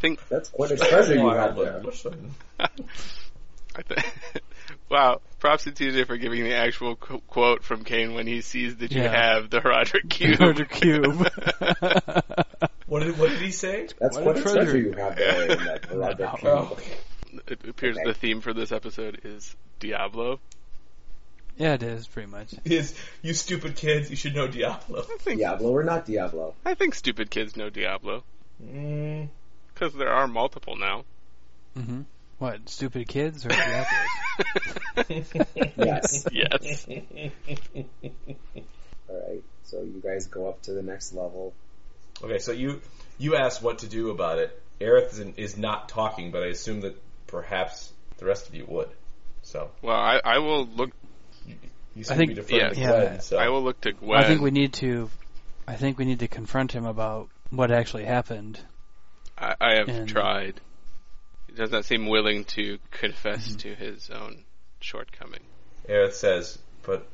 I think.
That's quite a treasure you
Wild
got there.
person.
I th- <laughs> wow. Props to TJ for giving the actual qu- quote from Kane when he sees that you
Yeah.
have the Herodric cube.
Herodric cube. <laughs>
What did what did he say?
That's
What a
quite a treasure.
treasure.
you have there
<laughs>
in that Herodric cube.
Oh,
<laughs> it appears the theme for this episode is Diablo.
yeah, it is pretty much.
is you stupid kids? You should know Diablo.
I think
Diablo or not Diablo?
I think stupid kids know Diablo
<laughs> Mm,
because there are multiple now.
hmm What stupid kids <laughs> or Diablos?
Yes.
yes.
<laughs>
Alright, so you guys go up to the next level.
Okay, so you you asked what to do about it. Aerith is, is not talking, but I assume that perhaps the rest of you would. So
<laughs> Well, I, I will look.
you seem
I think-
to be deferring to
yeah,
Gwen.
yeah.
so
I will look to Gwen.
I think we need to. I think we need to confront him about what actually <laughs> happened.
I, I have
And-
tried. He does not seem willing to confess to his own shortcoming.
Aerith says, but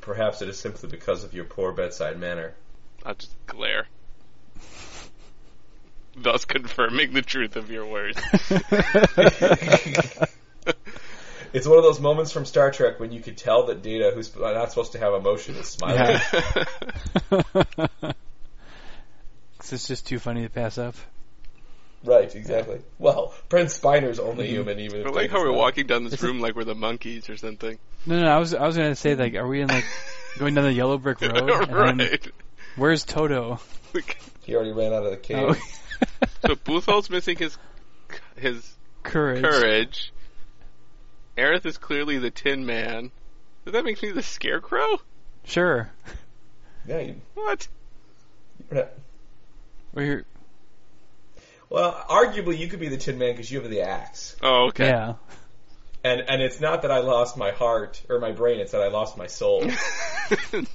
perhaps it is simply because of your poor bedside
<laughs>
manner. <laughs>
I'll just glare. Thus confirming the truth of your words.
It's one of those moments from Star Trek when you could tell that Data, who's not supposed to have emotion, is smiling.
Yeah. 'Cause it's just too funny to pass up.
<laughs> Right, exactly. Well, Prince Spiner's only
Mm-hmm.
human, even.
I
if
like
Data's
how we're
not.
walking down this
It's-
room like we're the monkeys or something.
No, no, I was I was gonna say like, are we
<laughs>
in like going down the yellow brick road? And then,
right.
where's Toto?
He already ran out of the cave.
Oh, <laughs>
so Boothold's missing his his
courage.
courage. Aerith is clearly the Tin Man. Does that make me the Scarecrow?
Sure.
Yeah, you-
What?
We're,
Well, arguably, you could be the Tin Man because you have the axe,
Oh, okay.
Yeah.
and and it's not that I lost my heart or my brain; it's that I lost
<laughs>
my soul.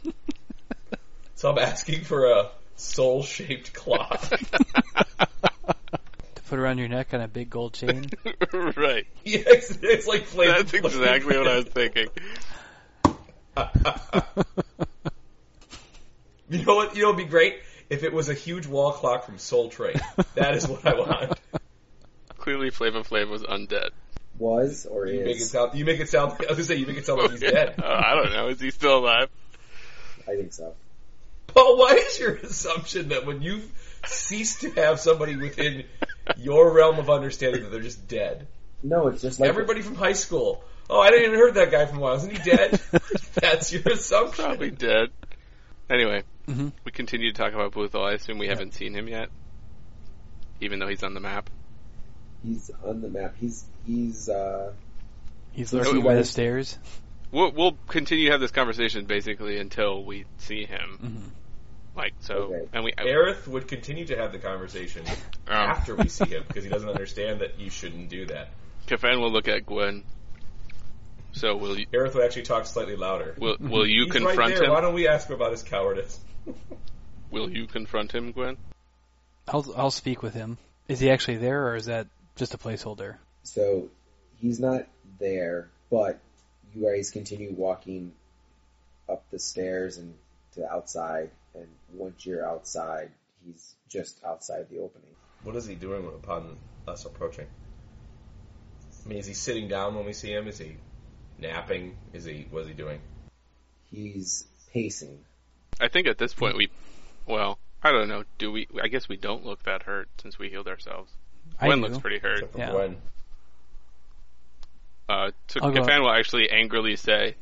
<laughs> so I'm asking for a soul-shaped
<laughs>
clock.
To put around your neck on a big gold chain.
<laughs>
<laughs>
right.
<laughs> yes, it's like flame.
That's exactly what I was thinking.
<laughs> You know what? You know, it'd be great if it was a huge wall clock from Soul Train. <laughs> That
<laughs>
is what I want.
Clearly, Flava Flav was undead.
Was or
You make it
is?
sound. You make it sound. I was gonna say you make it sound like Oh, he's
<laughs>
dead.
Uh, I don't know. Is he still
<laughs>
alive?
I think so.
But why is your assumption that when you cease to have somebody within your realm of understanding that they're just dead?
No, it's just like
Everybody from high school. Oh, I didn't even heard that guy from a while. Isn't he
<laughs>
dead? That's your assumption.
Probably dead. Anyway,
Mhm.
we continue to talk about Boothol. I assume we haven't seen him yet, even though he's on the map.
he's on the map. He's he's uh
He's
Yeah,
lurking
we-
by the stairs.
We'll, we'll continue to have this conversation basically until we see him.
Mhm.
Like so,
Okay.
and we
Aerith would continue to have the conversation
um,
after we see him because he doesn't understand that you shouldn't do that.
Kefan will look at Gwen. So will you,
Aerith would actually talk slightly louder.
will will you
He's
confront
right there.
him?
Why don't we ask him about his cowardice?
Will you confront him, Gwen?
I'll I'll speak with him. Is he actually there, or is that just a placeholder?
So he's not there, but you guys continue walking up the stairs and to the outside. And once you're outside, he's just outside the opening.
What is he doing upon us approaching? I mean, is he sitting down when we see him? Is he napping? Is he? What is he doing?
He's pacing.
I think at this point we, well, I don't know. Do we? I guess we don't look that hurt since we healed ourselves.
I
Gwen
do.
looks pretty hurt.
Except for
Yeah.
Gwen.
Uh, so
I'll go.
Kefan will actually angrily say,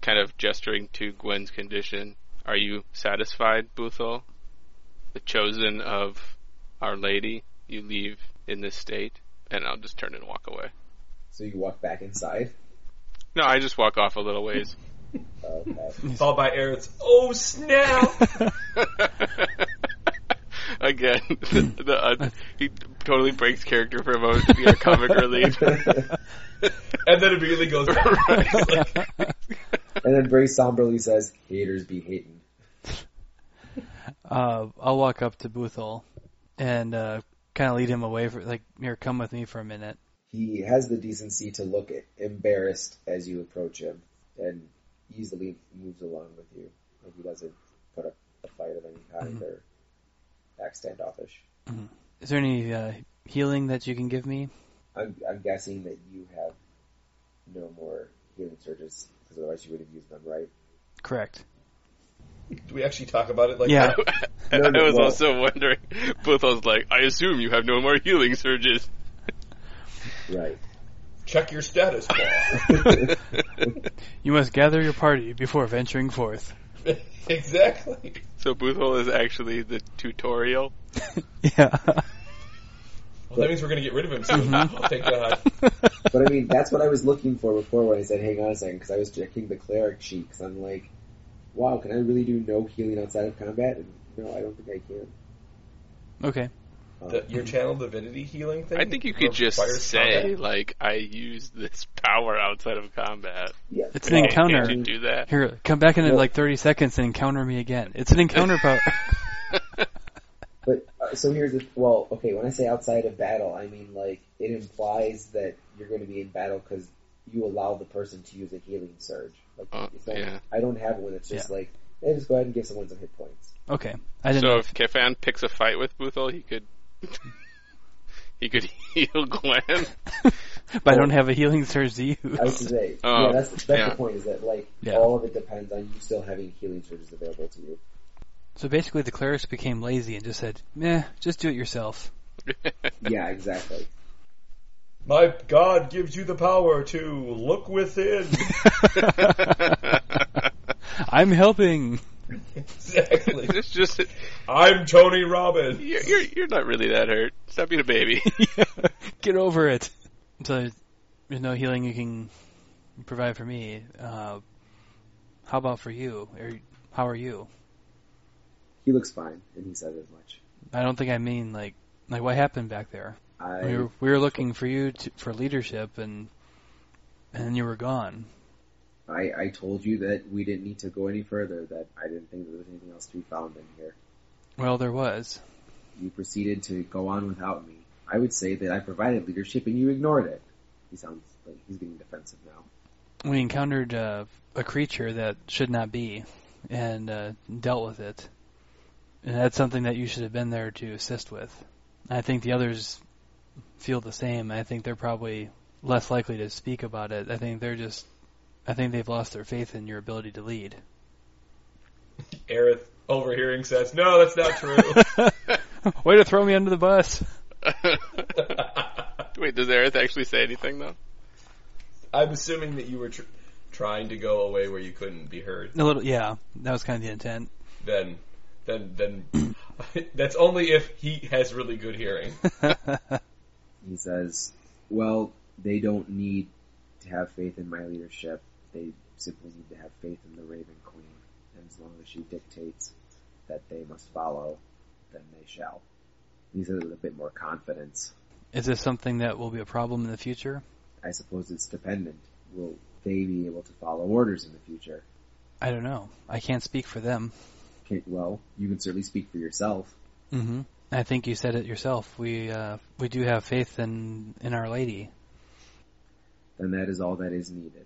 kind of gesturing to Gwen's condition, "Are you satisfied, Buthel? The chosen of Our Lady, you leave in this state." And I'll just turn and walk away.
So you walk back inside.
No, I just walk off a little ways. <laughs>
Okay.
Followed by Aerith's. Oh snap!
<laughs> Again, <laughs> the, the, uh, he totally breaks character for a moment to be a comic
<laughs>
relief.
and then immediately goes. <laughs>
and then very somberly says, "Haters be hating."
<laughs> Uh, I'll walk up to Boothol and uh, kind of lead him away for like, here, come with me for a minute.
He has the decency to look embarrassed as you approach him, and easily moves along with you. Like he doesn't put up a fight of any kind
Mm-hmm.
or act standoffish.
Is there any uh, healing that you can give me?
I'm, I'm guessing that you have no more healing surges because otherwise you would have used them, right?
Correct.
Do we actually talk about it like
Yeah.
that?
<laughs> I
No, no,
was
well-
also wondering. Buthel's like, I assume you have no more healing surges.
Right.
Check your status. Paul.
You must gather your party before venturing forth.
<laughs>
exactly.
So Boothole is actually the tutorial.
Yeah.
Well, that means we're gonna get rid of him soon. Oh, thank God.
But I mean, that's what I was looking for before when I said, hang on a second, because I was checking the cleric sheet, because I'm like, wow, can I really do no healing outside of combat? And no, I don't think I can.
<laughs> okay.
Um,
The- your channel divinity healing thing.
I think you could just
requires
say,
combat?
like, I use this power outside of combat.
yeah.
It's an encounter.
Can't you do that?
Here, come back in
Well-
like 30 seconds and encounter me again. It's an
<laughs>
encounter power.
But uh, so here's the well, okay. When I say outside of battle, I mean like it implies that you're going to be in battle because you allow the person to use a healing surge. Like
Uh,
it's not,
yeah.
I don't have one. It's just like, hey, just go ahead and give someone some hit points.
Okay. I didn't
So
know.
if Kefan picks a fight with Boothol, he could <laughs> he could heal Glenn.
But I don't have a healing surge to use.
I was to
<laughs>
say,
Oh,
yeah, that's that's
yeah.
the point. Is that like
Yeah.
all of it depends on you still having healing surges available to you.
So basically, the clerics became lazy and just said, "Meh, just do it yourself."
yeah, exactly.
My God gives you the power to
<laughs>
look within.
<laughs> I'm helping. <laughs>
exactly.
<laughs> it's just
I'm Tony Robbins.
you're, you're you're not really that hurt. Stop being a baby. <laughs>
Get over it. So there's- there's no healing you can provide for me. Uh, how about for you? Or how are you?
He looks fine, and he says as much.
I don't think I mean like like what happened back there.
I
We were, we were looking for you to, for leadership, and and then you were gone.
I I told you that we didn't need to go any further. That I didn't think there was anything else to be found in here.
Well, there was.
You proceeded to go on without me. I would say that I provided leadership and you ignored it. He sounds like he's getting defensive now.
We encountered uh, a creature that should not be, and uh, dealt with it. And that's something that you should have been there to assist with. I think the others feel the same. I think they're probably less likely to speak about it. I think they're just, I think they've lost their faith in your ability to lead.
Aerith overhearing says, "No, that's not true."
<laughs>
<laughs>
Way to throw me under the bus.
Wait, does Aerith actually say anything though?
I'm assuming that you were tr- trying to go away where you couldn't be heard.
A little, yeah. That was kind of the intent. <laughs>
Then, then, then. <laughs> that's only if he has really good hearing.
He says, well, they don't need to have faith in my leadership. They simply need to have faith in the Raven Queen. And as long as she dictates that they must follow, then they shall. He says it with a bit more confidence.
Is this something that will be a problem in the future?
I suppose it's dependent. Will they be able to follow orders in the future?
I don't know. I can't speak for them.
Can, well, you can certainly speak for yourself.
hmm I think you said it yourself. We uh, we do have faith in in Our Lady.
Then that is all that is needed.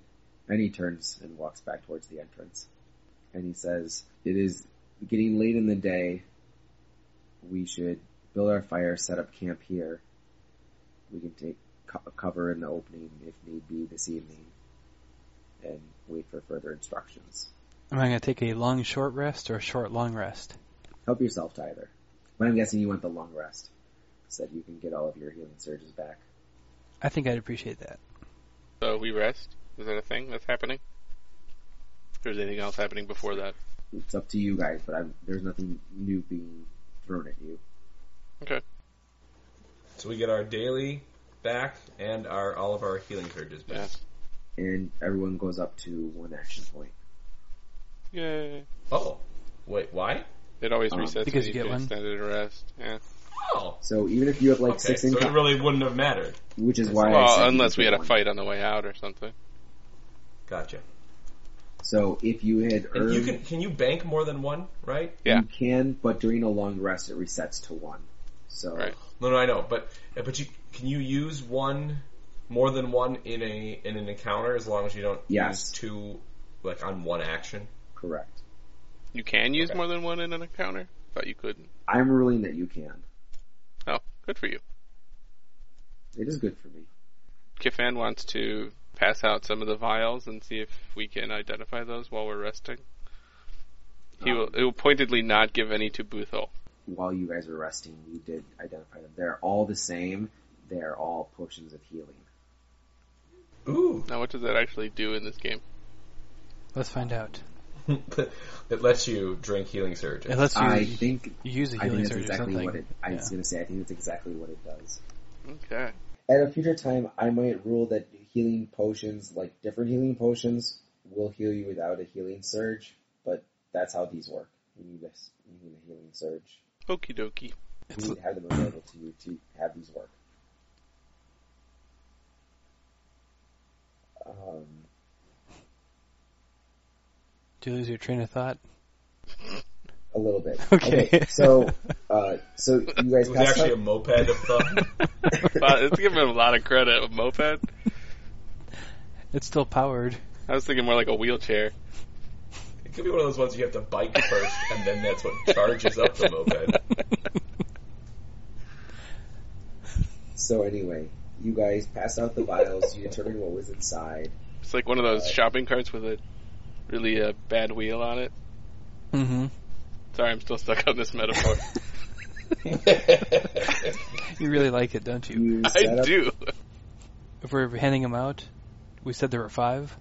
And he turns and walks back towards the entrance. And he says, It is getting late in the day. We should build our fire, set up camp here. We can take co- cover in the opening if need be this evening and wait for further instructions.
Am I going to take a long short rest or a short long rest?
Help yourself to either. But I'm guessing you want the long rest so that you can get all of your healing surges back.
I think I'd appreciate that.
So we rest. Is that a thing that's happening? Or is anything else happening before that?
It's up to you guys, but I'm, there's nothing new being thrown at you.
So we get our daily back and our all of our healing surges back.
Yes.
And everyone goes up to one action point.
Yay.
Oh, wait, why?
It always
Um,
resets
because
me
you get
to
one.
extended rest. Yeah.
Oh,
So even if you have like
okay.
six
So
income,
it really wouldn't have mattered.
which is why I said
Well,
you
unless
could
we
get
had a
one.
fight on the way out or something.
Gotcha.
So if you had
And
earned,
you can can you bank more than one, right?
Yeah.
you can, but during a long rest, it resets to one. So
Right.
No, no, I know, but eh, but you can you use one more than one in a in an encounter as long as you don't
Yes.
use two like on one action.
correct.
You can use
Okay.
more than one in an encounter? Thought you couldn't.
I'm ruling that you can.
Oh, good for you.
It is good for me.
Kifan wants to pass out some of the vials and see if we can identify those while we're resting. He will, he will pointedly not give any to Buthol.
While you guys were resting, you did identify them. They're all the same. They are all potions of healing.
Ooh, <laughs>
Now, what does that actually do in this game?
Let's find out.
it lets you drink healing surge.
Unless you
I think
you use a
I think
healing
that's
surge or
exactly
something.
what it. I was
Yeah.
going to say I think that's exactly what it does.
Okay.
at a future time, I might rule that healing potions, like different healing potions, will heal you without a healing surge. But that's how these work. You need a, you need a healing surge.
Okie dokie.
You need to have them available to you to have these work. Um,
Do you lose your train of thought? <laughs>
a little
<laughs>
bit.
Okay.
so, uh, so you guys
<laughs> It was
pass
actually a
out-
moped of thumb. <laughs>
Wow, it's giving him a lot of credit. A moped?
It's still powered.
I was thinking more like a wheelchair.
it could be one of those ones you have to bike first, and then that's what charges up the moped.
so anyway, you guys pass out the vials. You determine what was inside.
It's like one of those shopping carts with a really uh, bad wheel on it.
<laughs> Mm-hmm. <laughs>
Sorry, I'm still stuck on this
<laughs>
metaphor.
You really like it, don't you?
You set
<laughs> I
up
do.
If we're handing them out, we said there were five.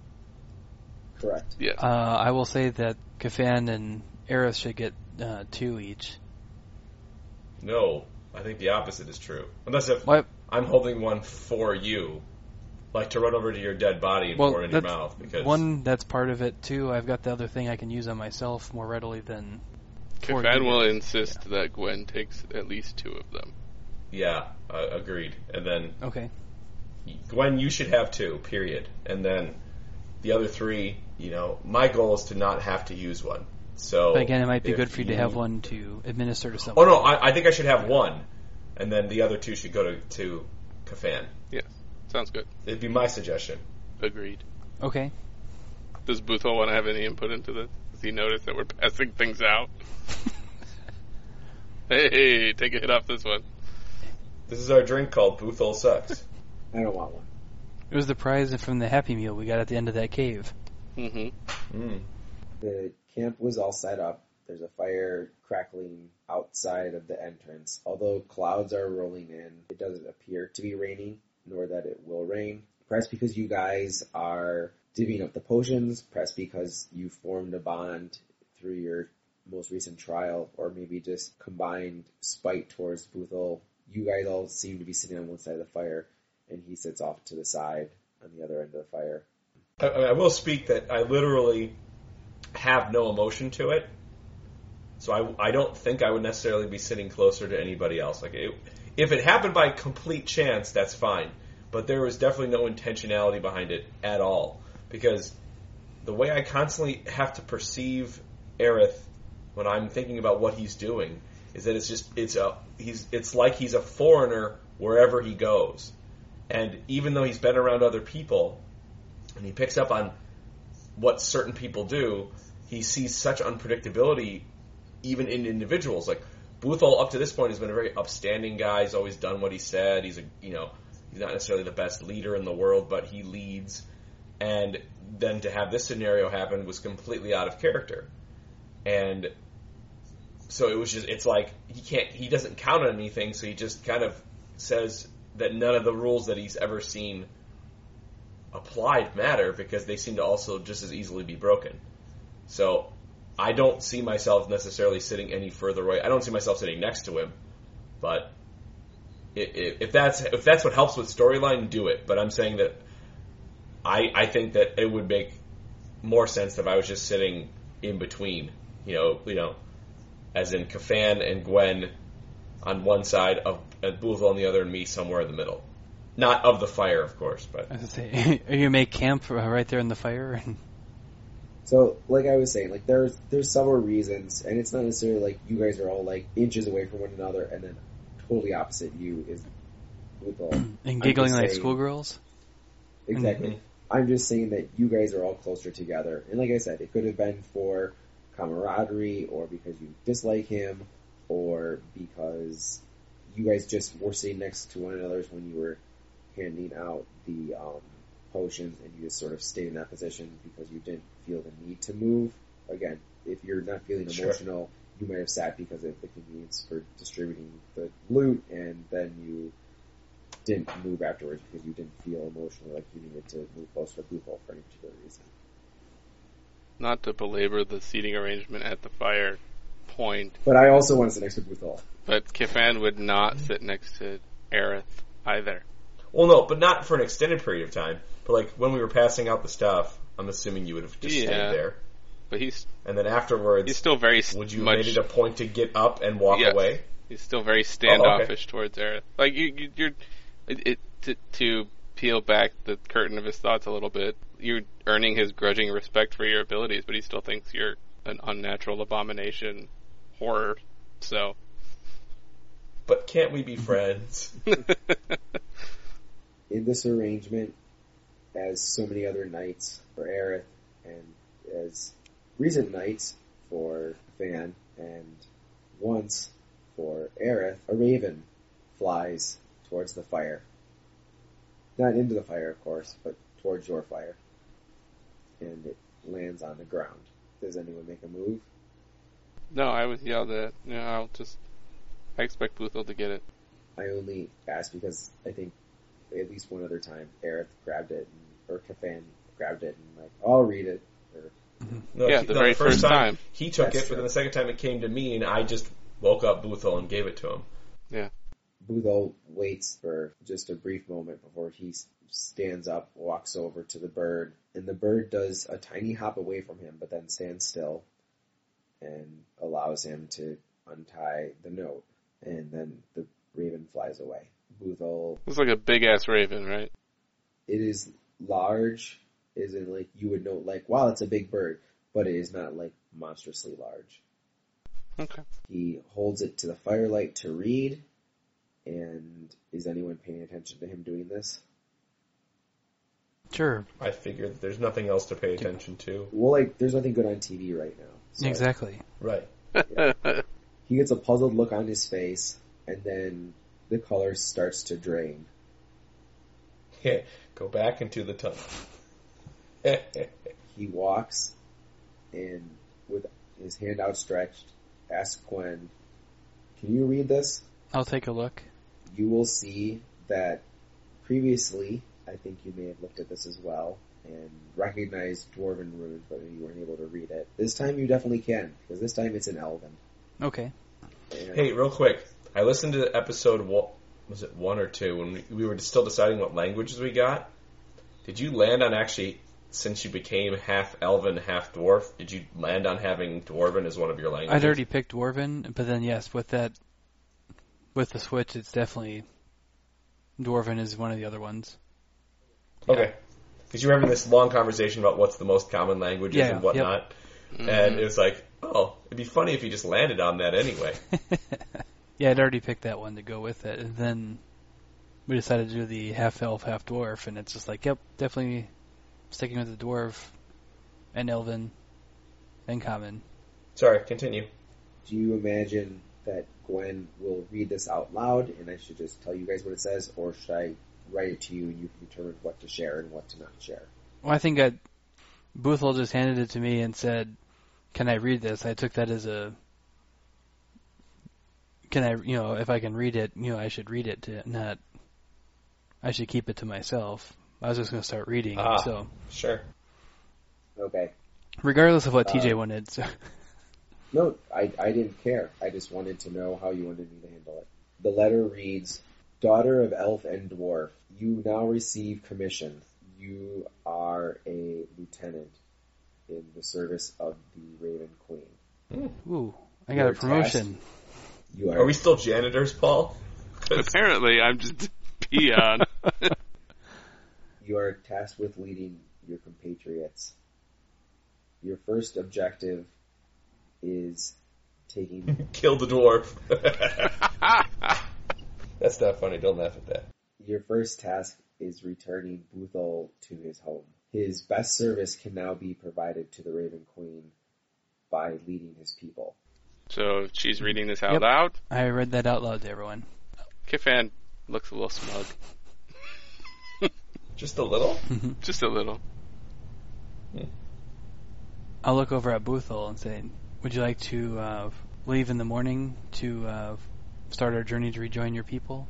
correct.
Yes.
Uh, I will say that Kafan and Eris should get uh, two each.
no, I think the opposite is true. Unless if
What?
I'm holding one for you, like to run over to your dead body and
Well,
pour it in your
that's
mouth. Because
One, that's part of it. Two, I've got the other thing I can use on myself more readily than. for
Kefan
you.
will insist that Gwen takes at least two of them.
yeah, uh, agreed. And then
Okay.
Gwen, you should have two. Period. And then the other three, you know, my goal is to not have to use one. So
But again, it might be
Oh, if
good for you to have
you-
one to administer to
Oh
someone.
no, I, I think I should have one, and then the other two should go to to Kafan.
Yes. Sounds good.
It'd be my suggestion.
Agreed.
Oh.
Okay.
Does Buthol want to have any input into this? Does he notice that we're passing things
<laughs>
out? hey, take a hit off this one.
This is our drink called
<laughs>
Boothol Sucks.
I don't want one.
It was the prize from the Happy Meal we got at the end of that cave.
Mm-hmm.
mm.
The camp was all set up. There's a fire crackling outside of the entrance. Although clouds are rolling in, it doesn't appear to be raining, nor that it will rain. Perhaps because you guys are divvying up the potions, perhaps because you formed a bond through your most recent trial, or maybe just combined spite towards Boothel. You guys all seem to be sitting on one side of the fire, and he sits off to the side on the other end of the fire.
I, I will speak that I literally have no emotion to it, so I, I don't think I would necessarily be sitting closer to anybody else. Like it, If it happened by complete chance, that's fine. But there was definitely no intentionality behind it at all. Because the way I constantly have to perceive Aerith when I'm thinking about what he's doing is that it's just it's a he's it's like he's a foreigner wherever he goes. And even though he's been around other people and he picks up on what certain people do, he sees such unpredictability even in individuals. Like Boothol up to this point has been a very upstanding guy. He's always done what he said. He's a you know he's not necessarily the best leader in the world, but he leads. And then to have this scenario happen was completely out of character. And so it was just it's like he can't he doesn't count on anything, so he just kind of says that none of the rules that he's ever seen applied matter because they seem to also just as easily be broken. So I don't see myself necessarily sitting any further away. I don't see myself sitting next to him, but i- i- if that's if that's what helps with storyline, do it. But I'm saying that I I think that it would make more sense if I was just sitting in between, you know, you know, as in Kafan and Gwen on one side of and Boothel on the other, and me somewhere in the middle. Not of the fire, of course, but
I was gonna say, <laughs> are you gonna make camp uh, right there in the fire?
So, like I was saying, like there's there's several reasons, and it's not necessarily like you guys are all like inches away from one another, and then totally opposite you is with all
and giggling like
saying-
schoolgirls?
exactly.
Mhm.
I'm just saying that you guys are all closer together, and like I said, it could have been for camaraderie, or because you dislike him, or because you guys just were sitting next to one another when you were handing out the um, potions, and you just sort of stayed in that position because you didn't feel the need to move. Again, if you're not feeling
Sure.
emotional, you might have sat because of the convenience for distributing the loot, and then you didn't move afterwards because you didn't feel emotionally like you needed to move closer to Boothole for any particular reason.
Not to belabor the seating arrangement at the fire point,
But I also want to sit next to Boothole.
but Kifan would not sit next to Aerith either.
well, no, but not for an extended period of time. But like when we were passing out the stuff, I'm assuming you would have just
Yeah.
stayed there,
But he's
and then afterwards,
he's still very s-
would you have
much
made it a point to get up and walk
Yes.
away?
He's still very
Oh,
standoffish towards Aerith. Like you, you you're it, it to, to peel back the curtain of his thoughts a little bit. You're earning his grudging respect for your abilities, but he still thinks you're an unnatural abomination horror. So <laughs>
But can't we be friends?
In this arrangement, as so many other nights for Aerith, and as recent nights for Van, and once for Aerith, a raven flies towards the fire. Not into the fire, of course, but towards your fire. And it lands on the ground. Does anyone make a move?
no, I was yelled at. No, I'll just I expect Boothel to get it.
I only asked because I think at least one other time Aerith grabbed it and, or Kafan grabbed it and like I'll read it. Or,
No,
yeah,
he-
the
no,
very first time.
he took
That's
it, but
true.
then the second time it came to me, and I just woke up Boothel and gave it to him.
Boothol waits for just a brief moment before he s- stands up, walks over to the bird, and the bird does a tiny hop away from him, but then stands still and allows him to untie the note, and then the raven flies away. Boothol
It's like a big ass raven, right?
it is large is in like you would know like wow it's a big bird but it is not like monstrously large
Okay.
he holds it to the firelight to read and is anyone paying attention to him doing this
Sure.
I figured that there's nothing else to pay attention to.
well like there's nothing good on tv right now So
Exactly.
Right. <laughs>
<laughs>
he gets a puzzled look on his face and then the color starts to drain
Yeah. Go back into the <laughs> tunnel.
he walks and with his hand outstretched asks gwen can you read this
I'll take a look.
you will see that previously, I think you may have looked at this as well and recognized Dwarven runes, but you weren't able to read it. This time you definitely can, because this time it's in Elven.
Okay.
And
Hey, real quick. I listened to episode one, was it one or two when we, we were still deciding what languages we got. Did you land on actually since you became half elven, half dwarf? Did you land on having dwarven as one of your languages?
I'd already picked Dwarven, but then yes, with that with the Switch, it's definitely Dwarven is one of the other ones.
Okay. Because you were having this long conversation about what's the most common languages
Yeah,
and
yep. Mm-hmm.
whatnot, and it was like, oh, it'd be funny if you just landed on that anyway.
<laughs> yeah, I'd already picked that one to go with it, and then we decided to do the half elf, half dwarf, and it's just like, yep, definitely sticking with the dwarf and elven and common.
Sorry, continue.
Do you imagine that Gwen will read this out loud and I should just tell you guys what it says, or should I write it to you and you can determine what to share and what to not share?
Well, I think I, Boothwell just handed it to me and said, "Can I read this?" I took that as a, "Can I?" You know, if I can read it, you know, I should read it to not. I should keep it to myself. I was just going to start reading.
Ah.
So,
Sure.
Okay.
regardless of what
Uh,
TJ wanted, so
No, I, I didn't care. I just wanted to know how you wanted me to handle it. The letter reads, Daughter of Elf and Dwarf, you now receive commission. You are a lieutenant in the service of the Raven Queen.
ooh, I got
Your
a promotion.
You are,
Are we still janitors, Paul? <laughs> 'Cause-
Apparently, I'm just <laughs> a peon.
you are tasked with leading your compatriots. Your first objective is taking
Kill the dwarf. <laughs> That's not funny. Don't laugh at that.
Your first task is returning Boothol to his home. His best service can now be provided to the Raven Queen by leading his people.
so she's reading this out
Yep.
loud.
I read that out loud to everyone. <laughs>
Kifan looks a little smug,
Just a little.
just a little.
I'll look over at Boothwell and say, "Would you like to uh, leave in the morning to uh, start our journey to rejoin your people?"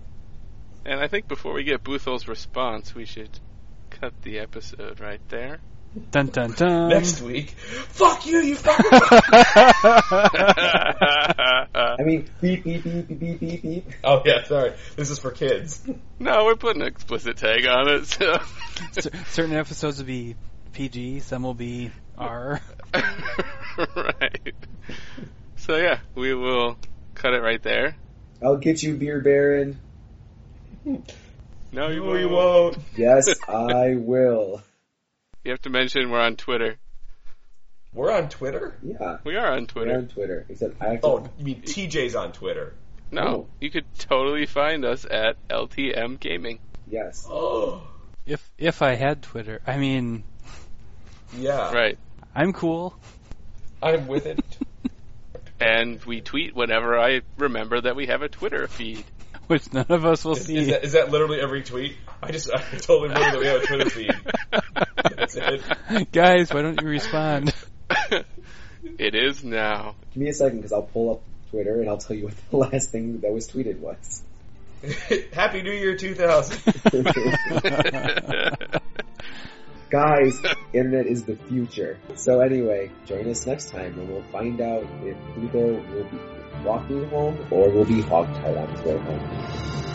And I think before we get Boothel's response, we should cut the episode right there. <laughs>
Dun dun
Um,
dun.
Next week. <laughs> Fuck you, you fucker.
I mean, beep, beep, beep, beep, beep, beep, beep.
oh yeah, sorry. This is for kids.
no, we're putting an explicit tag on it. So.
<laughs> Cer- certain episodes will be PG, some will be R.
<laughs> right. So yeah, we will cut it right there.
I'll get you, Beer Baron.
No, you
No, you
won't.
won't.
Yes, I will.
You have to mention we're on Twitter.
We're on Twitter.
Yeah,
We are on
we're
Twitter.
on Twitter. Except I have to.
Oh, you mean TJ's
<gasps>
on Twitter?
No, you could totally find us at LTM Gaming.
Yes.
Oh,
If if I had Twitter, I mean,
yeah.
Right.
I'm cool.
I'm with it.
And we tweet whenever I remember that we have a Twitter feed.
Which none of us will
Is,
see.
is that, is that literally every tweet? I just I totally remember <laughs> that we have a Twitter feed. That's
<laughs>
it.
Guys, why don't you
<laughs>
respond? <laughs>
<laughs> it is now.
Give me a second because I'll pull up Twitter and I'll tell you what the <laughs> last thing that was tweeted was.
<laughs> Happy New Year 2000.
Guys, internet is the future. So anyway, join us next time and we'll find out if Pluto will be walking home or will be hogtied on his way home.